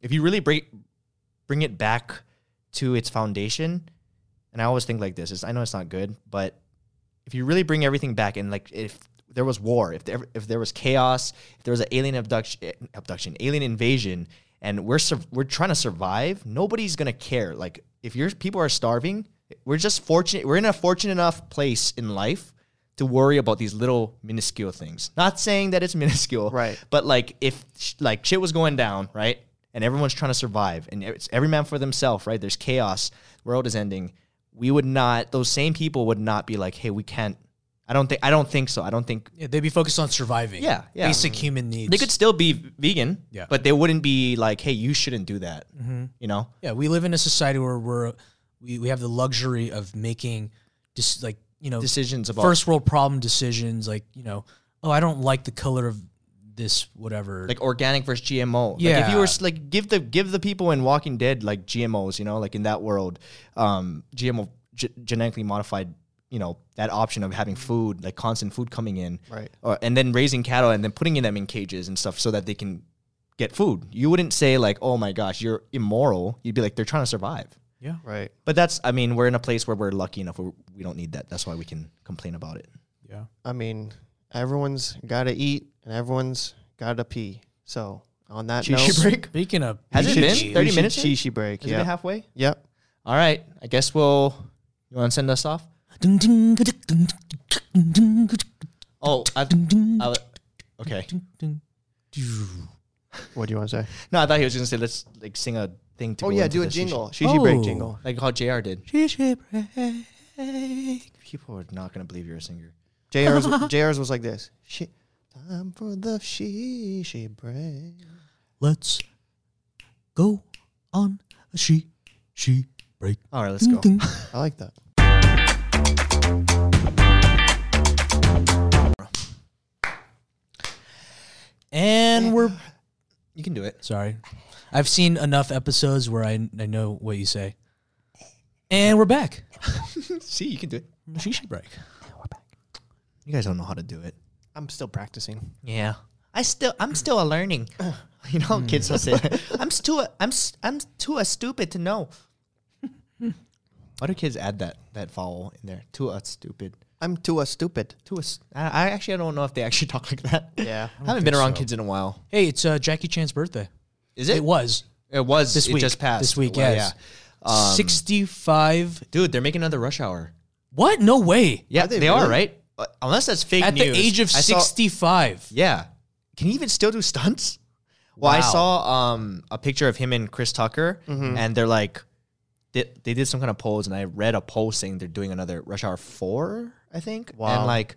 if you really break, bring it back to its foundation, and I always think like this is I know it's not good, but if you really bring everything back and like if there was war, if there if there was chaos, if there was an alien abduction, eh, abduction, alien invasion, and we're sur- we're trying to survive, nobody's gonna care. Like if your people are starving, we're just fortunate. We're in a fortunate enough place in life to worry about these little minuscule things. Not saying that it's minuscule,
Right.
But like if sh- like shit was going down, right, and everyone's trying to survive, and it's every man for themselves, right? There's chaos, world is ending. We would not; those same people would not be like, "Hey, we can't." I don't think. I don't think so. I don't think
yeah, they'd be focused on surviving.
Yeah, yeah.
basic human needs.
they could still be vegan,
Yeah. Mm-hmm.
but they wouldn't be like, "Hey, you shouldn't do that." You know?
Yeah, we live in a society where we're we, we have the luxury of making just like you know
Decisions about
first world problem decisions. Like you know, oh, I don't like the color of this whatever.
like organic versus GMO. Like if you
Yeah.
were s- like give the give the people in Walking Dead like GMOs, you know, like in that world, um, GMO ge- genetically modified, you know, that option of having food, like constant food coming in,
Right.
Or and then raising cattle and then putting them in cages and stuff so that they can get food. You wouldn't say like, oh my gosh, you're immoral. You'd be like, they're trying to survive.
yeah,
Right.
But that's, I mean, we're in a place where we're lucky enough where we don't need that. That's why we can complain about it.
yeah.
I mean, everyone's got to eat and everyone's got to pee. So on that
Cheat
note,
sheet break.
Speaking of,
Has
we
it
should-
been
we
30
should
minutes
Cheat sheet break.
Is it
Yeah.
halfway?
Yep.
All right. I guess we'll. You want to send us off? Oh, I, I, okay.
What do you want to say?
No, I thought he was gonna say let's like sing a thing to.
Oh
go
yeah,
into
do a
this issue."
jingle. Shishi break
Oh.
jingle.
like how Jr. did.
break.
People are not gonna believe you're a singer.
JR's, JR's was like this. She, time for the shishi break.
Let's go on a she she break.
All right, let's go.
I like that.
And we're
You can do it.
sorry. I've seen enough episodes where I I know what you say. And we're back.
See, you can do it.
She she break.
You guys don't know how to do it.
I'm still practicing.
Yeah, I still, I'm still a learning. you know, how
Hmm.
kids will say, "I'm too, I'm, I'm too a stupid to know." Why do kids add that that vowel in there? Tua stupid.
I'm too a stupid.
Tua. s- I, I actually don't know if they actually talk like that.
Yeah.
I haven't been around kids in a while.
Hey, it's uh, Jackie Chan's birthday.
Is
It was
It was
This
it
week.
Just passed
This week,
Well,
yes.
Yeah. Um,
65.
dude, they're making another rush hour.
What? No way.
Yeah,
Are
they,
they
are
really?
right. Uh, Unless that's fake
At
news.
the age of
I saw-
65.
yeah. Can you even still do stunts? Well, I
Wow. Mm-hmm.
saw um, a picture of him and Chris Tucker, and they're like, they, they did some kind of polls, and I read a poll saying they're doing another Rush Hour Four, I think.
Wow.
And like,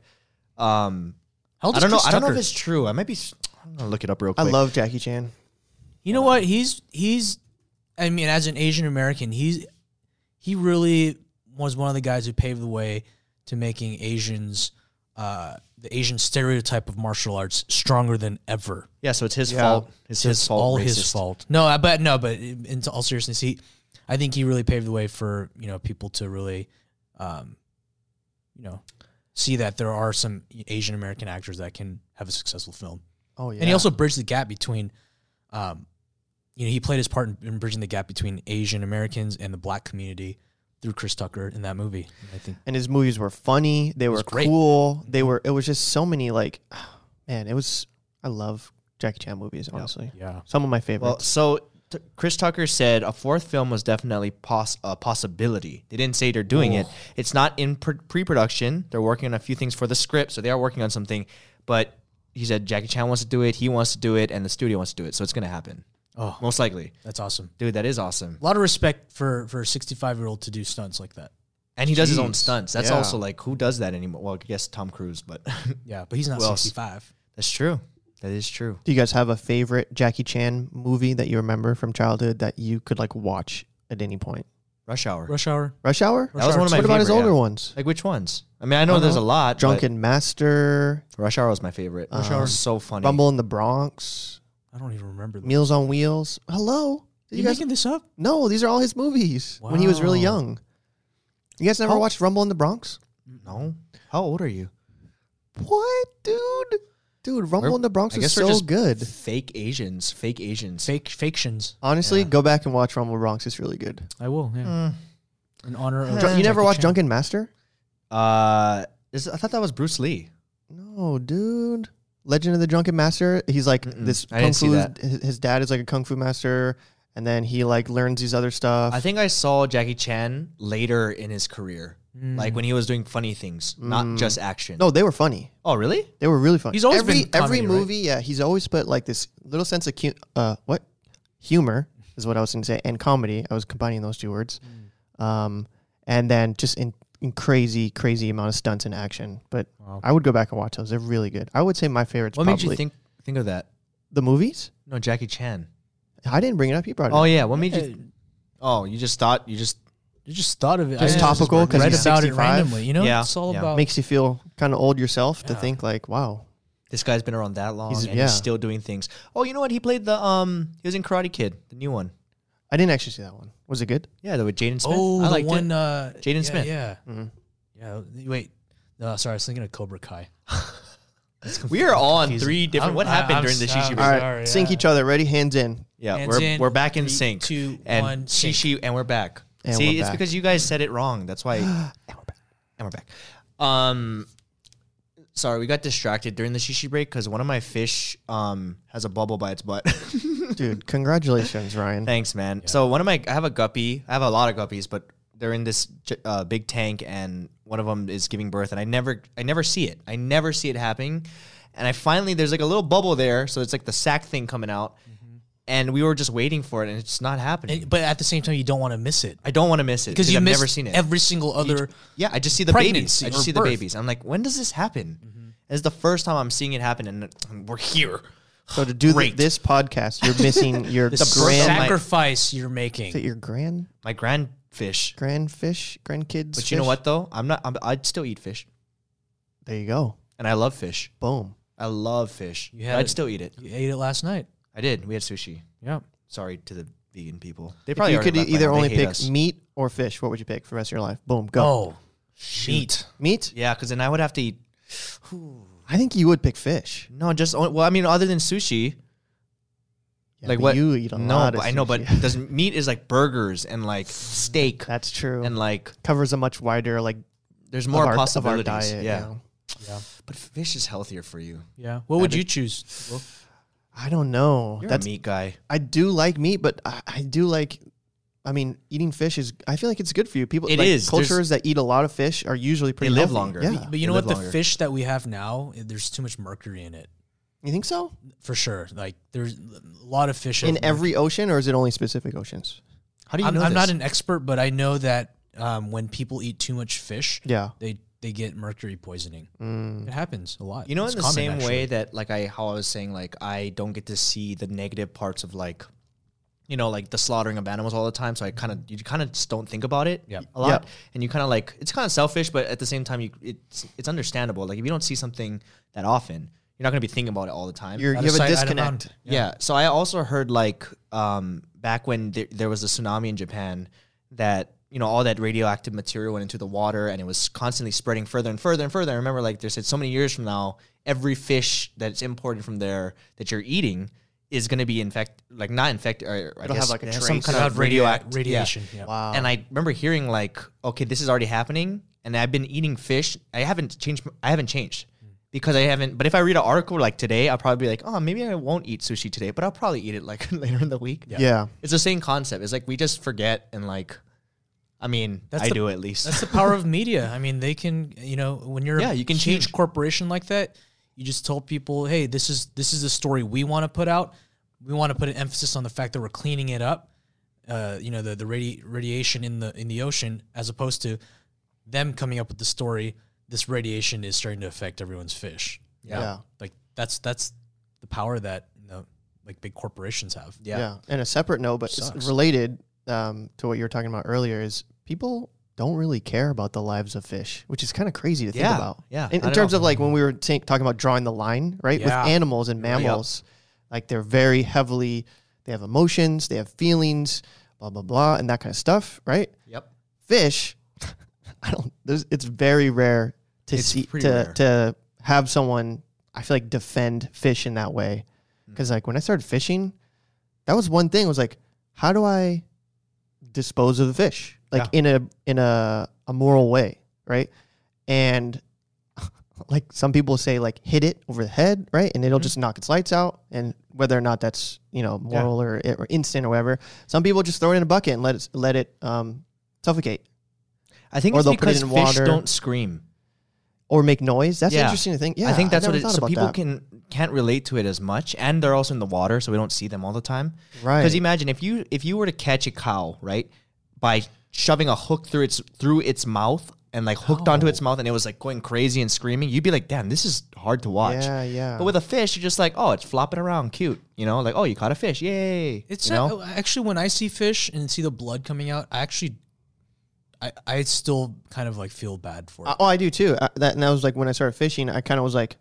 um,
How old
I
is
don't know.
Chris
I don't know
Tucker?
if it's true. I might be. s- I'm gonna look it up real
I
quick.
love Jackie Chan.
You know what? He's he's I mean, as an Asian American, he's he really was one of the guys who paved the way to making Asians uh, the Asian stereotype of martial arts stronger than ever.
Yeah, so it's his
Yeah.
fault. It's
It's
his fault.
all
racist.
his fault. No, I but no, but in all seriousness, he I think he really paved the way for, you know, people to really um, you know, see that there are some Asian American actors that can have a successful film.
Oh yeah.
And he also bridged the gap between, um, you know, he played his part in, in bridging the gap between Asian Americans and the black community through Chris Tucker in that movie. I think
and his movies were funny. They were
was great.
cool. They were. It was just so many. Like, man, it was. I love Jackie Chan movies. Honestly,
Yeah.
some of my
Well,
favorites.
so t- Chris Tucker said a fourth film was definitely pos- a possibility. They didn't say they're doing it. It's not in pr- pre-production. They're working on a few things for the script, so they are working on something. But he said Jackie Chan wants to do it. He wants to do it, and the studio wants to do it. So it's gonna happen.
Oh.
most likely,
that's awesome.
dude. That is awesome.
A lot of respect for for a 65 year old to do stunts like that.
And he does his own
Jeez.
stunts. That's
Yeah.
also like who does that anymore? Well, I guess Tom Cruise, but
Yeah, but he's not
Who else?
65.
that's true. That is true.
Do you guys have a favorite Jackie Chan movie that you remember from childhood that you could like watch at any point?
Rush Hour.
Rush Hour.
Rush Hour.
That was one of my
what about his
favorite,
older
yeah.
ones?
Like which ones? I mean, I know
I don't
there's
know.
a lot. but
Drunken Master,
Rush Hour was my favorite. Rush Hour was so funny.
Rumble in the Bronx,
I don't even remember. That.
Meals on Wheels. Hello,
Are you
Did you guys?
making this up?
No, these are all his movies when he was really
Wow.
young. You guys never
How-
watched Rumble in the Bronx?
No. How old are you?
What, dude? Dude, Rumble
We're-
in the Bronx
I
is
guess we're
so
just
good.
Fake Asians. Fake Asians.
Fake fictions.
Honestly, go back and watch Rumble Bronx. It's really good.
I will. Yeah. In honor of
Dr- you never
Jackie
watched
Chan.
Uh, Drunken Master?
Uh, is, I thought that was Bruce Lee.
No, dude. Legend of the Drunken Master. He's like this
I
kung
didn't see
fu.
that.
His his dad is like a kung fu master, and then he like learns these other stuff.
I think I saw Jackie Chan later in his career, like when he was doing funny things, not just action.
no, they were funny.
Oh, really?
They were really funny.
He's always
every
been comedy,
every
right?
movie. Yeah, he's always put like this little sense of cu- uh what humor is what I was going to say, and comedy. I was combining those two words, um, and then just in, in crazy crazy amount of stunts and action. But I would go back and watch those. They're really good. I would say my favorites.
What
probably
made you think think of that?
the movies?
No, Jackie Chan.
I didn't bring it up. You brought it.
Oh
up.
yeah. What made you? Oh, you just thought you just.
You just thought of it.
Just
I
topical 'cause
read
he's
about it
65.
randomly. You know,
Yeah.
it's all
Yeah.
about
Makes you feel kind of old yourself to think like, wow,
This guy's been around that long,
He's-
and
yeah.
he's still doing things. Oh, you know what? He played the um. He was in Karate Kid, the new one.
I didn't actually see that one. Was it good?
Yeah, the with Jaden Smith.
Oh,
I
the
liked
one,
it.
uh,
Jaden
yeah,
Smith.
Yeah. Yeah. Wait. No, sorry. I was thinking of Cobra Kai.
We are all on
confusing.
three different.
I'm-
what
I-
happened
I'm
during the
sorry.
Shishi?
All
All
right,
right,
Sorry,
sync
yeah.
each other. Ready? Hands in.
Yeah,
Hands
we're
in.
we're back in
Three,
sync.
two,
and
one,
She,
sync.
she, and we're back.
And
See, it's
we're back.
because you guys said it wrong. That's why. and we're back. Um, sorry, we got distracted during the shishi break because one of my fish um has a bubble by its butt.
Dude, congratulations, Ryan.
Thanks, man. So one of my, I have a guppy. I have a lot of guppies, but they're in this j- uh, big tank, and one of them is giving birth, and I never, I never see it. I never see it happening, and I finally there's like a little bubble there, so it's like the sac thing coming out,
Mm-hmm.
and we were just waiting for it, and it's not happening.
And- but at the same time, you don't want to miss it
I don't want to miss it
because
because
you
I've
missed
never seen it.
every single other.
yeah, I just see the babies.
pregnancy
I
or
just see the
birth. Mm-hmm.
babies. I'm like, when does this happen? It's the first time I'm seeing it happen, and and we're here.
So to do th-
Great.
this podcast, you're missing your
The
grand,
sacrifice you're
is it
making.
your grand,
My grandfish.
grand fish, grandkids.
But you know what though? I'm not. I'm, I'd still eat fish,
There you go.
and I love fish.
Boom.
I love fish.
You
But
had
I'd
it.
still eat it.
You ate it last night.
I did. We had sushi.
Yeah.
Sorry to the vegan people. They
If you
already
could
left by
either
now. They
only
hate
pick
us.
meat or fish. What would you pick for the rest of your life? Boom. Go.
Oh, shoot.
Meat.
Yeah, because then I would have to eat.
I think you would pick fish.
No, just on- well, I mean, other than sushi,
Yeah,
like
but
what
you eat a
no,
lot
but
of
I know, but
sushi.
does meat is like burgers and like steak
That's true.
and like
covers a much wider like
there's
of
more
our, of our
possibilities.
diet.
yeah.
you know?
but fish is healthier for you.
Yeah. What would you choose? Will?
I don't know.
You're
That's
a meat guy.
I do like meat, but I, I do like. I mean, eating fish is. I feel like it's good for you. People.
It
like,
is. There's-
Cultures that eat a lot of fish are usually pretty.
live
healthy.
longer.
Yeah.
But you know
They
what? The
live longer.
fish that we have now, eh, there's too much mercury in it
You think so?
for sure. Like there's a lot of fish
In
have mercury.
every ocean, or is it only specific oceans?
How do you
I'm,
know
I'm
this?
not an expert, but I know that um, when people eat too much fish,
Yeah.
they they get mercury poisoning. It happens a lot.
Mm. You know,
It's
in the
common,
same
actually.
way that like I how I was saying, like I don't get to see the negative parts of like, you know, like the slaughtering of animals all the time. So I kind of you kind of just don't think about it
Yep.
a lot,
Yeah.
and you kind of like it's kind of selfish, but at the same time, you it's it's understandable. Like if you don't see something that often, you're not gonna be thinking about it all the time.
You're,
Out
you
of
have a
sight, out of mind.
disconnect.
yeah. So I also heard like um back when there, there was a tsunami in Japan that you know all that radioactive material went into the water and it was constantly spreading further and further and further. I remember like they said so many years from now, every fish that's imported from there that you're eating is going to be infect like not infected or I
It'll have,
guess
like, a
it has
trace
some
It's
kind
about
of
radio-
radioact- yeah.
radiation. Yeah.
Wow.
And I remember hearing like, okay, this is already happening, and I've been eating fish. I haven't changed. I haven't changed because I haven't. But if I read an article like today, I'll probably be like, oh, maybe I won't eat sushi today, but I'll probably eat it like later in the week.
Yeah.
yeah.
It's the same concept. It's like we just forget and like, I mean,
That's
I
the-
do at least.
That's the power of media. I mean, they can, you know, when you're
Yeah,
a
you can
huge
change.
corporation like that, you just told people, hey, this is this is the story we want to put out. We want to put an emphasis on the fact that we're cleaning it up. Uh, you know, the the radi- radiation in the in the ocean, as opposed to them coming up with the story. This radiation is starting to affect everyone's fish.
Yeah.
Yeah.
like that's that's the power that you know, like big corporations have.
yeah.
And a separate note, but
Sucks.
it's related um, to what you were talking about earlier, is people don't really care about the lives of fish, which is kind of crazy to
Yeah,
think about.
yeah,
In,
I
in terms
know.
of like when we were t- talking about drawing the line, right?
Yeah.
With animals and mammals, like they're very heavily, they have emotions, they have feelings, blah, blah, blah, and that kind of stuff, right?
Yep.
Fish, I don't, there's, it's very rare to
It's
see,
pretty
to,
rare.
to have someone, I feel like, defend fish in that way.
Hmm.
Cause like when I started fishing, that was one thing was like how do i dispose of the fish like in a in a, a moral way right and like some people say like hit it over the head right and it'll
Hmm.
just knock its lights out and whether or not that's you know moral or, or instant or whatever some people just throw it in a bucket and let it let it um suffocate
I think
Or
it's
they'll put it
because
in
fish
water.
don't scream.
or make noise that's
Yeah.
interesting to think yeah
I think that's
never
what it
thought
is. So
about
people
that.
can can't relate to it as much, and they're also in the water, so we don't see them all the time.
Right.
Because imagine if you if you were to catch a cow, right, by shoving a hook through its through its mouth and like hooked onto its mouth, and it was like going crazy and screaming, you'd be like, damn, this is hard to watch.
yeah yeah
But with a fish, you're just like, oh, it's flopping around, cute, you know, like oh, you caught a fish, yay,
It's
you know,
uh, actually when I see fish and see the blood coming out, I actually, I, I still kind of like feel bad for
Uh,
it.
I- oh, I do too. I, that and that was like when I started fishing. I kind of was like,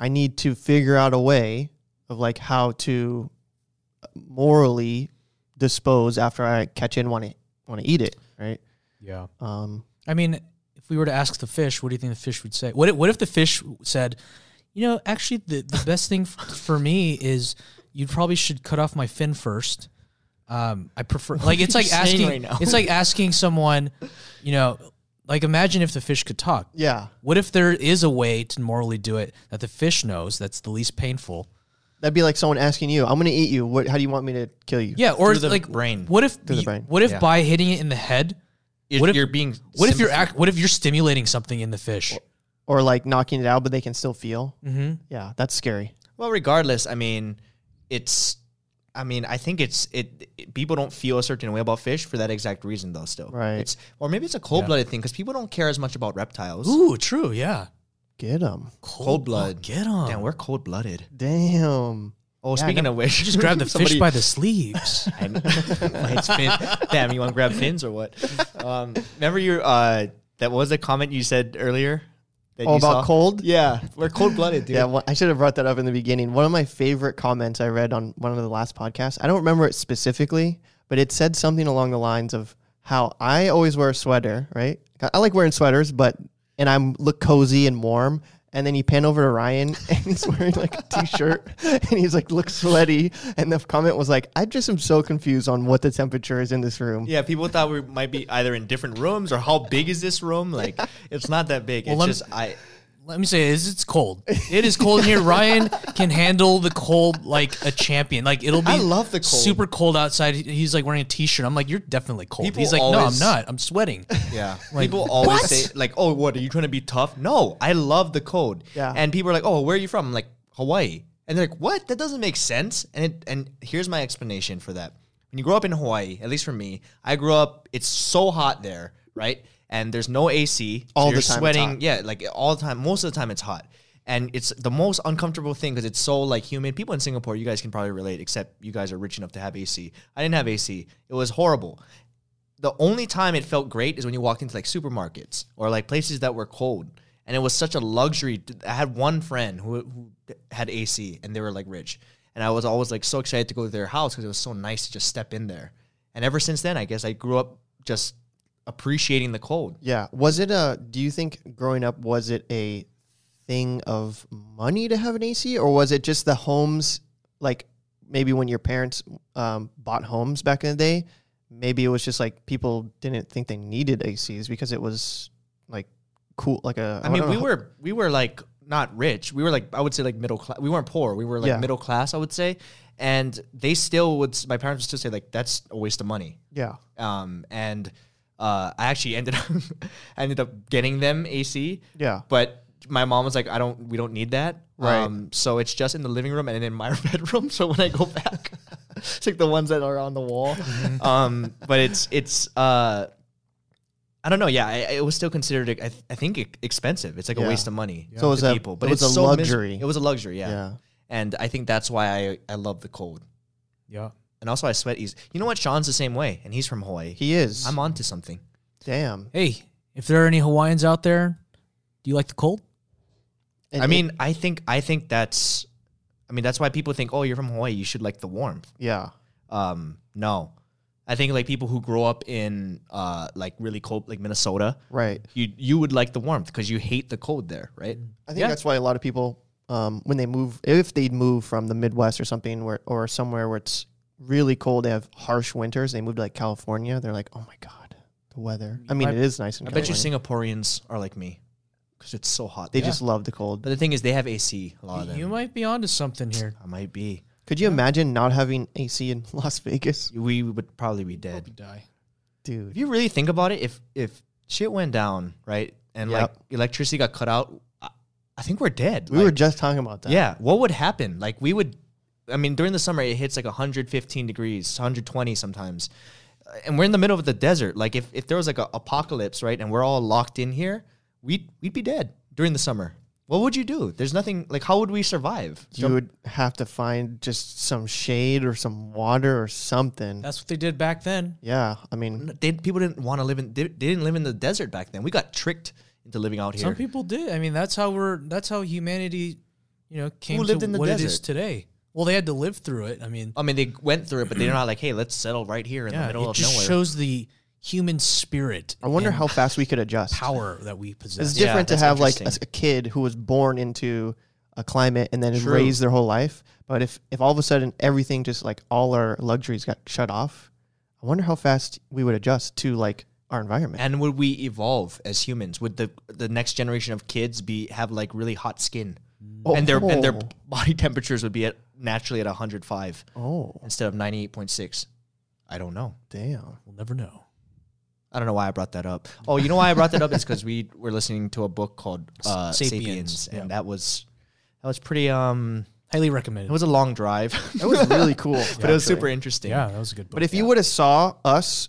I need to figure out a way of like how to morally dispose after I catch it and want to want to eat it, right?
yeah.
Um,
I mean, if we were to ask the fish, what do you think the fish would say? What if, what if the fish said, you know, actually the, the best thing f- for me is you probably should cut off my fin first. Um, I prefer like it's like
saying
asking
right now?
it's like asking someone, you know, like imagine if the fish could talk.
yeah,
What if there is a way to morally do it that the fish knows that's the least painful?
that'd be like someone asking you, "I'm gonna eat you. What? How do you want me to kill you?"
Yeah, or
Through the
like
brain.
What if
the
you-
brain.
What if
Yeah.
by hitting it in the head?
you're,
what if-
you're being
What if you're
sympath-
act, What if you're stimulating something in the fish?
Or like knocking it out, but they can still feel. Mm-hmm. Yeah, that's scary.
Well, regardless, I mean, it's. I mean, I think it's it, it- People don't feel a certain way about fish for that exact reason, though. Still,
Right.
It's or maybe it's a cold blooded thing because people don't care as much about reptiles.
Ooh, true. Yeah,
Get them.
cold,
blood.
Get on.
Damn, we're cold blooded.
Damn.
Oh, speaking of which,
just grab the fish by the sleeves.
And it's fin. Damn, you want to grab fins or what? Um, remember your uh, that what was the comment you said earlier. That
Oh,
you
about
saw?
cold?
Yeah, we're cold blooded, dude.
Yeah, well, I should have brought that up in the beginning. One of my favorite comments I read on one of the last podcasts, I don't remember it specifically, but it said something along the lines of how I always wear a sweater, right? I like wearing sweaters, but and I'm look cozy and warm. And then you pan over to Ryan and he's wearing like a t shirt and he's like, looks sweaty. And the comment was like, I just am so confused on what the temperature is in this room.
Yeah, people thought we might be either in different rooms or how big is this room? Like, it's not that big.
Well,
it's
lem-
just I.
Let me say this: it's cold. It is cold in here. Ryan can handle the cold like a champion. Like it'll be.
I love the cold.
Super cold outside. He- He's like wearing a t-shirt. I'm like, you're definitely cold.
People
He's like, no, I'm
always-
not. I'm sweating.
Yeah,
Like,
people always
what?
say like, "Oh, what are you trying to be tough?" No, I love the code.
Yeah.
and people are like, "Oh, where are you from?" I'm like Hawaii, and they're like, "What? That doesn't make sense." And it, and here's my explanation for that. When you grow up in Hawaii, at least for me, I grew up. It's so hot there, right? And there's no AC. so
All the
you're
time it's
Sweating.
hot.
Yeah, like all the time. Most of the time, it's hot. And it's the most uncomfortable thing because it's so like humid. People in Singapore, you guys can probably relate, except you guys are rich enough to have AC. I didn't have AC. It was horrible the only time it felt great is when you walked into like supermarkets or like places that were cold and it was such a luxury i had one friend who, who had ac and they were like rich and i was always like so excited to go to their house because it was so nice to just step in there and ever since then i guess i grew up just appreciating the cold
Yeah. Was it a, do you think growing up, was it a thing of money to have an AC or was it just the homes, like maybe when your parents um, bought homes back in the day? Maybe it was just like people didn't think they needed ACs because it was like cool, like a.
i mean
don't
we
know.
were we were like not rich we were like i would say like middle class we weren't poor we were like
Yeah.
middle class i would say and they still would my parents would still say like that's a waste of money
Yeah.
um, and uh, I actually ended up I ended up getting them AC.
Yeah.
But my mom was like, "I don't, we don't need that."
Right.
Um, so it's just in the living room and in my bedroom. So when I go back, it's like the ones that are on the wall. um, but it's it's uh, I don't know. Yeah, I, I- it was still considered I, th- I think e- expensive. It's like
Yeah.
a waste of money.
So it was
to
a-
people,
it
but
was
it's
a
so mis-
luxury.
it was a luxury. Yeah.
Yeah.
And I think that's why I I love the cold.
yeah.
And also I sweat easy. You know what? Sean's the same way, and he's from Hawaii.
He is.
I'm onto something.
Damn.
Hey, if there are any Hawaiians out there, do you like the cold?
And
I
it-
mean, I think I think that's, I mean, that's why people think, oh, you're from Hawaii, you should like the warmth.
yeah.
Um, no, I think like people who grow up in uh like really cold, like Minnesota,
Right.
you you would like the warmth because you hate the cold there, right?
I think
Yeah.
that's why a lot of people, um, when they move, if they move from the Midwest or something, where or somewhere where it's really cold, they have harsh winters. They move to like California. They're like, oh my god, the weather. I mean,
I-
it is nice in
I bet
California.
you Singaporeans are like me because it's so hot.
they
there.
just love the cold.
but the thing is, they have AC. A lot of them.
You might be onto something here.
I might be.
Could you imagine not having AC in Las Vegas,
We would probably be dead.
Die.
If
dude?
you really think about it, if if shit went down, right, and
Yep.
like electricity got cut out, I, I think we're dead.
We
Like,
were just talking about that.
Yeah, what would happen? Like we would I mean during the summer it hits like 115 degrees, 120 sometimes. Uh, And we're in the middle of the desert. Like if, if there was like an apocalypse, right, and we're all locked in here, we'd we'd be dead during the summer. What would you do? There's nothing like how would we survive?
You would have to find just some shade or some water or something.
That's what they did back then.
yeah, I mean,
They, people didn't want to live in they, they didn't live in the desert back then. We got tricked into living out here.
Some people did. I mean, that's how we're. That's how humanity, you know, came
Who lived
to
in the
what it is
desert?
today. Well, they had to live through it. I mean,
I mean they went through it, but they're not like, hey, let's settle right here in the
yeah,
middle
it
of
just
nowhere.
shows the human spirit.
I wonder
and
how fast we could adjust.
power that we
It's
possess.
Yeah,
different to
that's
have like a,
interesting.
a kid who was born into a climate and then
True.
raised their whole life. But if if all of a sudden everything just like all our luxuries got shut off, I wonder how fast we would adjust to like our environment.
And would we evolve as humans? Would the the next generation of kids be have like really hot skin, and their and their
Oh.
body temperatures would be at naturally at 105
Oh
instead of 98.6? I don't know.
damn!
We'll never know.
I don't know why I brought that up. Oh, you know why I brought that up is because we were listening to a book called uh,
Sapiens,
Sapiens, and that was that was pretty. Um,
Highly recommended.
it was a long drive,
That was really cool.
but it was super interesting.
yeah, that was a good book.
But if you would have saw us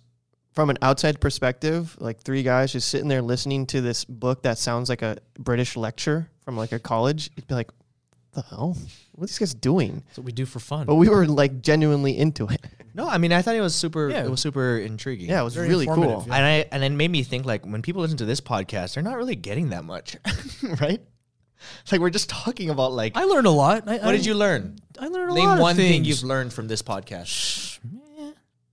from an outside perspective, like three guys just sitting there listening to this book that sounds like a British lecture from like a college, you'd be like, "The hell? What are these guys doing?"
that's what we do for fun.
But we were like genuinely into it.
No, I mean I thought it was super.
Yeah.
It was super intriguing.
Yeah, it was
Very
really
informative,
cool.
yeah.
And I and it made me think like when people listen to this podcast, they're not really getting that much, right? It's like we're just talking about like
I learned a lot. I,
what did you learn?
I learned a lot
Name
of
one thing
things.
you've learned from this podcast.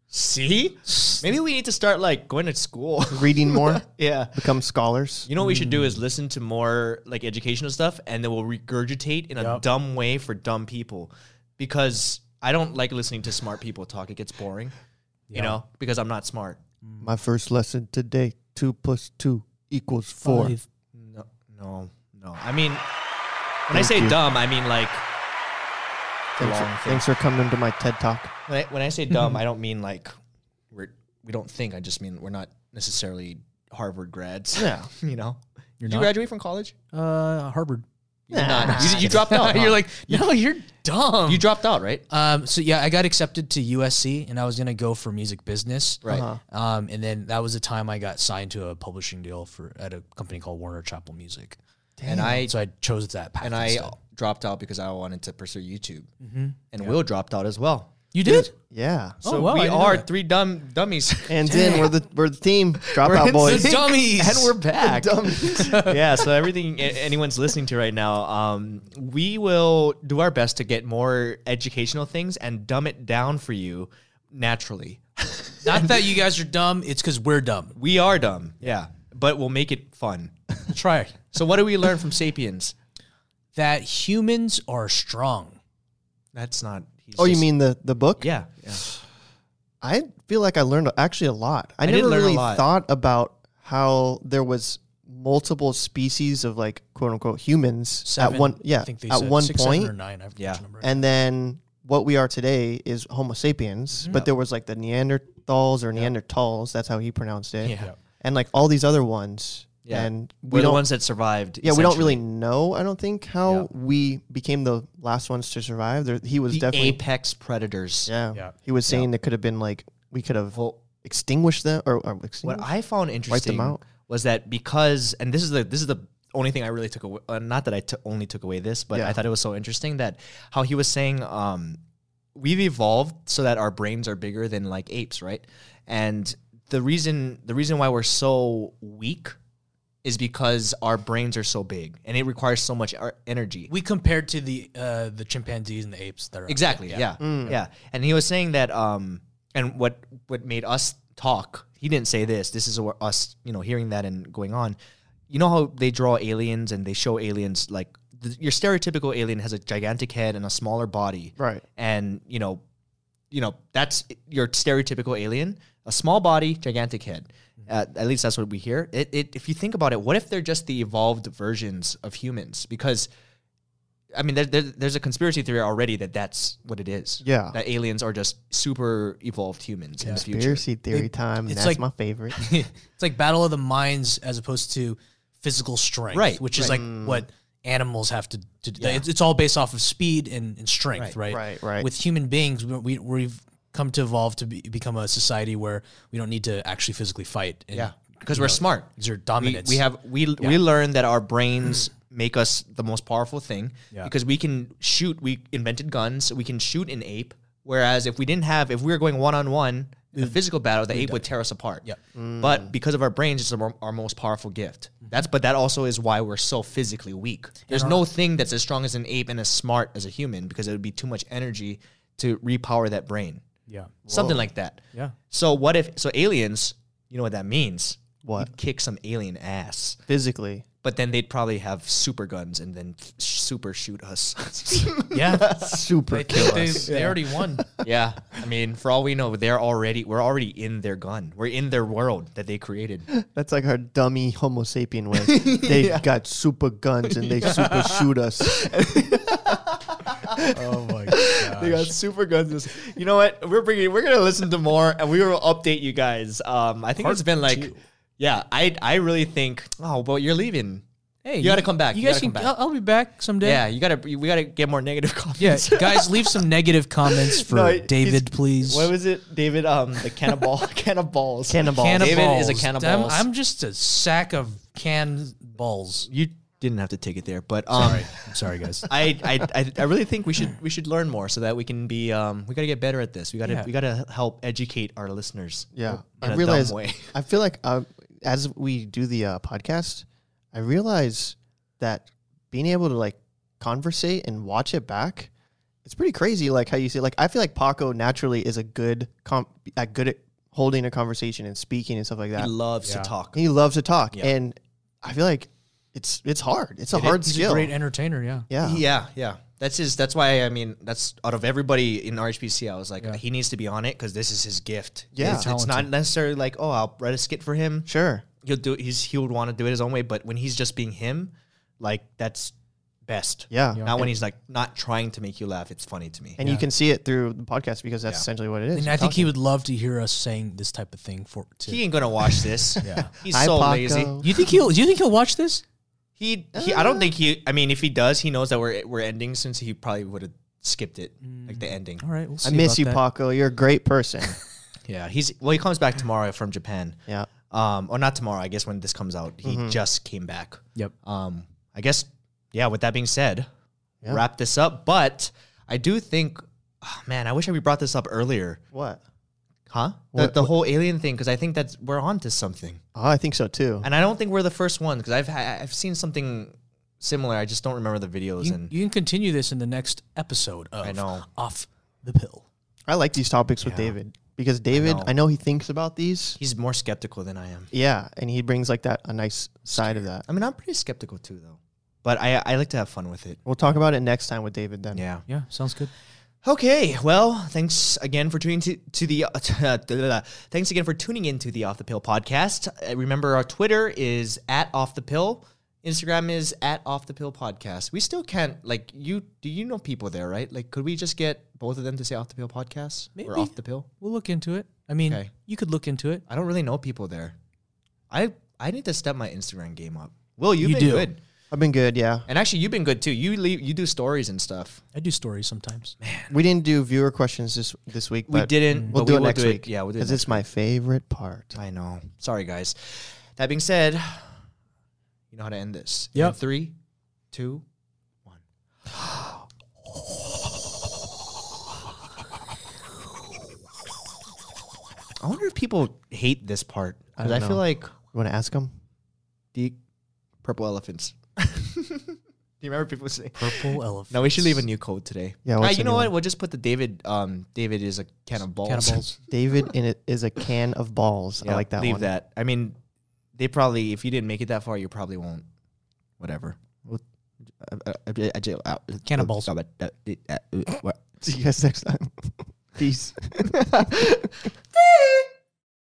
See? Maybe we need to start like going to school.
Reading more,
yeah.
become scholars.
You know what we should do is listen to more like educational stuff and then we'll regurgitate in a
Yep.
dumb way for dumb people because I don't like listening to smart people talk. It gets boring, you
Yeah.
know, because I'm not smart.
My first lesson today: two plus two equals
Oh,
four.
No, no, no. I mean, when I say
you.
dumb, I mean like
Thanks
long
for,
thing.
thanks for coming to my TED talk.
when I, when I say dumb, I don't mean like we're we don't think. I just mean we're not necessarily Harvard grads.
Yeah.
you know.
You're
Did
not?
you graduate from college?
Uh, Harvard.
You did not. You, you dropped out. huh?
you're like, no, you're dumb.
you dropped out, right?
um, so yeah, I got accepted to USC, and I was gonna go for music business.
Right.
Um, and then that was the time I got signed to a publishing deal for at a company called Warner Chapel Music.
And I
so I chose that path.
and I
instead.
dropped out because I wanted to pursue YouTube. And Will dropped out as well.
you did.
Yeah.
So
wow, I
we
didn't know
are
that.
three dumb dummies.
And then we're the we're the team dropout
in
boys.
The dummies.
and we're back.
Dummies.
yeah, so everything a- anyone's listening to right now, um, we will do our best to get more educational things and dumb it down for you naturally.
Not that you guys are dumb. It's because we're dumb.
We are dumb, yeah, but we'll make it fun.
Try
So, what do we learn from Sapiens?
that humans are strong.
That's not. He's
Oh, you
just-
mean the the book?
Yeah, yeah.
I feel like I learned actually a lot. I,
did
never
learn a
really
lot.
thought about how there was multiple species of like quote unquote humans
Seven,
at one yeah
I think they
at
said
one
six,
point,
seven or nine. I forget
Yeah.
which number.
and then what we are today is Homo sapiens.
Mm-hmm.
But there was like the Neanderthals or Neanderthals. That's how he pronounced it.
Yeah.
And like all these other ones.
Yeah.
And we
We're the
don't
ones that survived.
yeah, we don't
essentially.
really know. I don't think how we became the last ones to survive. There, he was
the
definitely
apex predators.
yeah.
Yeah.
He was saying there could have been like we could have
Well,
extinguished them or, or
what
extinguished?
I found interesting
out.
was that because, and this is the this is the only thing I really took away. Uh, not that I t- only took away this, but I
Yeah.
thought it was so interesting that how he was saying, um, we've evolved so that our brains are bigger than like apes, right? And the reason the reason why we're so weak is because our brains are so big and it requires so much ar- energy.
we compared to the uh, the chimpanzees and the apes that are
Exactly. Yeah.
Mm.
Yeah. And he was saying that um and what what made us talk. He didn't say this. This is where us, you know, hearing that and going on. You know how they draw aliens and they show aliens like th- your stereotypical alien has a gigantic head and a smaller body.
Right.
And, you know, you know, that's your stereotypical alien, a small body, gigantic head.
Mm-hmm.
Uh, at least that's what we hear. It, it, if you think about it, what if they're just the evolved versions of humans? Because, I mean, there, there, there's a conspiracy theory already that that's what it is.
Yeah.
That aliens are just super evolved humans in the future.
Conspiracy theory time.
it's
That's
like-
my favorite.
it's like battle of the minds as opposed to physical strength,
Right,
Which is
right.
like what animals have to, to do. It's, it's all based off of speed and, and strength, right.
Right, right.
With human beings, we, we we've come to evolve to be, become a society where we don't need to actually physically fight. And,
Yeah. Because
you
we're
know,
smart.
Exert
We,
dominance.
we have we we learned that our brains make us the most powerful thing
Yeah.
because we can shoot. We invented guns. We can shoot an ape. Whereas if we didn't have, if we were going one on one in a
Mm.
physical battle, the ape would tear us apart.
Yep.
But because of our brains, it's our, our most powerful gift.
Mm-hmm.
That's but that also is why we're so physically weak. There's no thing that's as strong as an ape and as smart as a human because it would be too much energy to repower that brain.
Yeah.
Something like that.
Yeah.
So what if so aliens? You know what that means?
What?
You'd kick some alien ass,
Physically.
but then they'd probably have super guns and then sh- super shoot us.
Yeah.
Super
I think they, they already won.
yeah, I mean, for all we know, they're already we're already in their gun. We're in their world that they created.
That's like our dummy Homo sapien way. They've got super guns and they super shoot us.
oh my god.
They got super guns. You know what? We're bringing. We're gonna listen to more, and we will update you guys. Um, I think it's been like,
two.
yeah. I I really think. Oh, but you're leaving.
Hey,
You gotta come back.
You
You
guys
gotta
can.
come back.
I'll, I'll be back someday.
Yeah, you gotta. We gotta get more negative comments.
Yeah, guys, leave some negative comments for
No, it-
David,
it's-
please.
What was it, David? Um, the can of ball, can of balls,
Cannonball.
Can of
David is a
balls.
can of
Damn,
balls.
I'm, just a sack of canned balls.
You didn't have to take it there, but um,
I'm sorry, guys.
I, I, I, I really think we should we should learn more so that we can be um, we gotta get better at this. We gotta
Yeah.
we gotta help educate our listeners.
Yeah,
in a
I
dumb
realize.
way.
I feel like uh, as we do the uh, podcast, I realize that being able to like conversate and watch it back it's pretty crazy like how you see like i feel like paco naturally is a good com uh, good at holding a conversation and speaking and stuff like that
He loves
Yeah.
to talk.
he loves to talk
Yeah.
and i feel like it's it's hard it's a hard
He's
skill
a great entertainer. Yeah.
yeah
Yeah, yeah. That's his. That's why I mean, that's out of everybody in RHPC. I was like,
Yeah.
he needs to be on it because this is his gift.
Yeah.
it's, it's not
Talented.
necessarily like, oh, I'll write a skit for him.
sure
He'll do. He's he would want to do it his own way. But when he's just being him, like that's best.
Yeah.
Not when he's like not trying to make you laugh. It's funny to me.
and you can see it through the podcast because that's essentially what it is
And I think he would love to hear us saying this type of thing for. To,
he ain't gonna watch this. yeah, he's
Hi,
so
Paco.
lazy.
you think he'll? Do you think he'll watch this?
He, he I don't think he. I mean, if he does, he knows that we're we're ending since he probably would have skipped it, like the ending.
All right, we'll see
i miss
about
you
that.
paco you're a great person
Yeah, he's well. He comes back tomorrow from Japan.
yeah
um, or not tomorrow. I guess when this comes out,
Mm-hmm.
he just came back.
Yep.
Um, I guess, yeah. With that being said,
Yeah.
wrap this up. But I do think, oh, man, I wish I we brought this up earlier,
what
huh? The,
What-
the whole alien thing, because I think that's we're onto something,
oh i think so too
and I don't think we're the first one because I've ha- I've seen something similar. I just don't remember the videos
You,
and.
you can continue this in the next episode of
Mm. I know.
Off the Pill.
i like these topics with david because david
know.
I know he thinks about these
He's more skeptical than I am.
Yeah, and he brings like that a nice side of that.
I mean, I'm pretty skeptical too, though. But I, I like to have fun with it.
We'll talk about it next time with David then.
Yeah.
Yeah, sounds good.
Okay, well, thanks again for tuning to, to the uh, da- da- da- da. thanks again for tuning in to the Off the Pill podcast. Uh, remember, our Twitter is at Off the Pill, Instagram is at Off the Pill podcast. We still can't like you. Do you know people there, right? Like, could we just get both of them to say Off the Pill podcast
Maybe.
or Off the Pill?
We'll look into it. I mean,
Okay.
you could look into it.
I don't really know people there. I I need to step my Instagram game up. Will you've
You
been
do.
good,
I've been good, yeah.
and actually you've been good too. You leave you do stories and stuff.
I do stories sometimes.
We didn't do viewer questions this this week,
we
but
didn't.
we'll
but
do
we
it
will
next week.
Yeah, we'll do it
Because
next
it's my favorite part.
I know. Sorry, guys. That being said, you know how to end this.
Yep.
In Three, two, one. I wonder if people hate this part. 'cause
I
I,
don't
feel
know.
like
You wanna ask him?
the purple elephants. Do you remember people say?
Purple elephant.
No, we should leave a new code today.
Yeah,
Ah,
what's the
you know
new
what?
one?
We'll just put the David. Um, David is a can of balls.
Cannibals.
David in it is a can of balls. I
Yeah,
like that
leave
one.
that. I mean, they probably if you didn't make it that far, you probably won't. Whatever. Well, I- I- I- I- I-
Cannibals.
Stop it. Uh, it, uh, uh, what?
See you guys next time. Peace.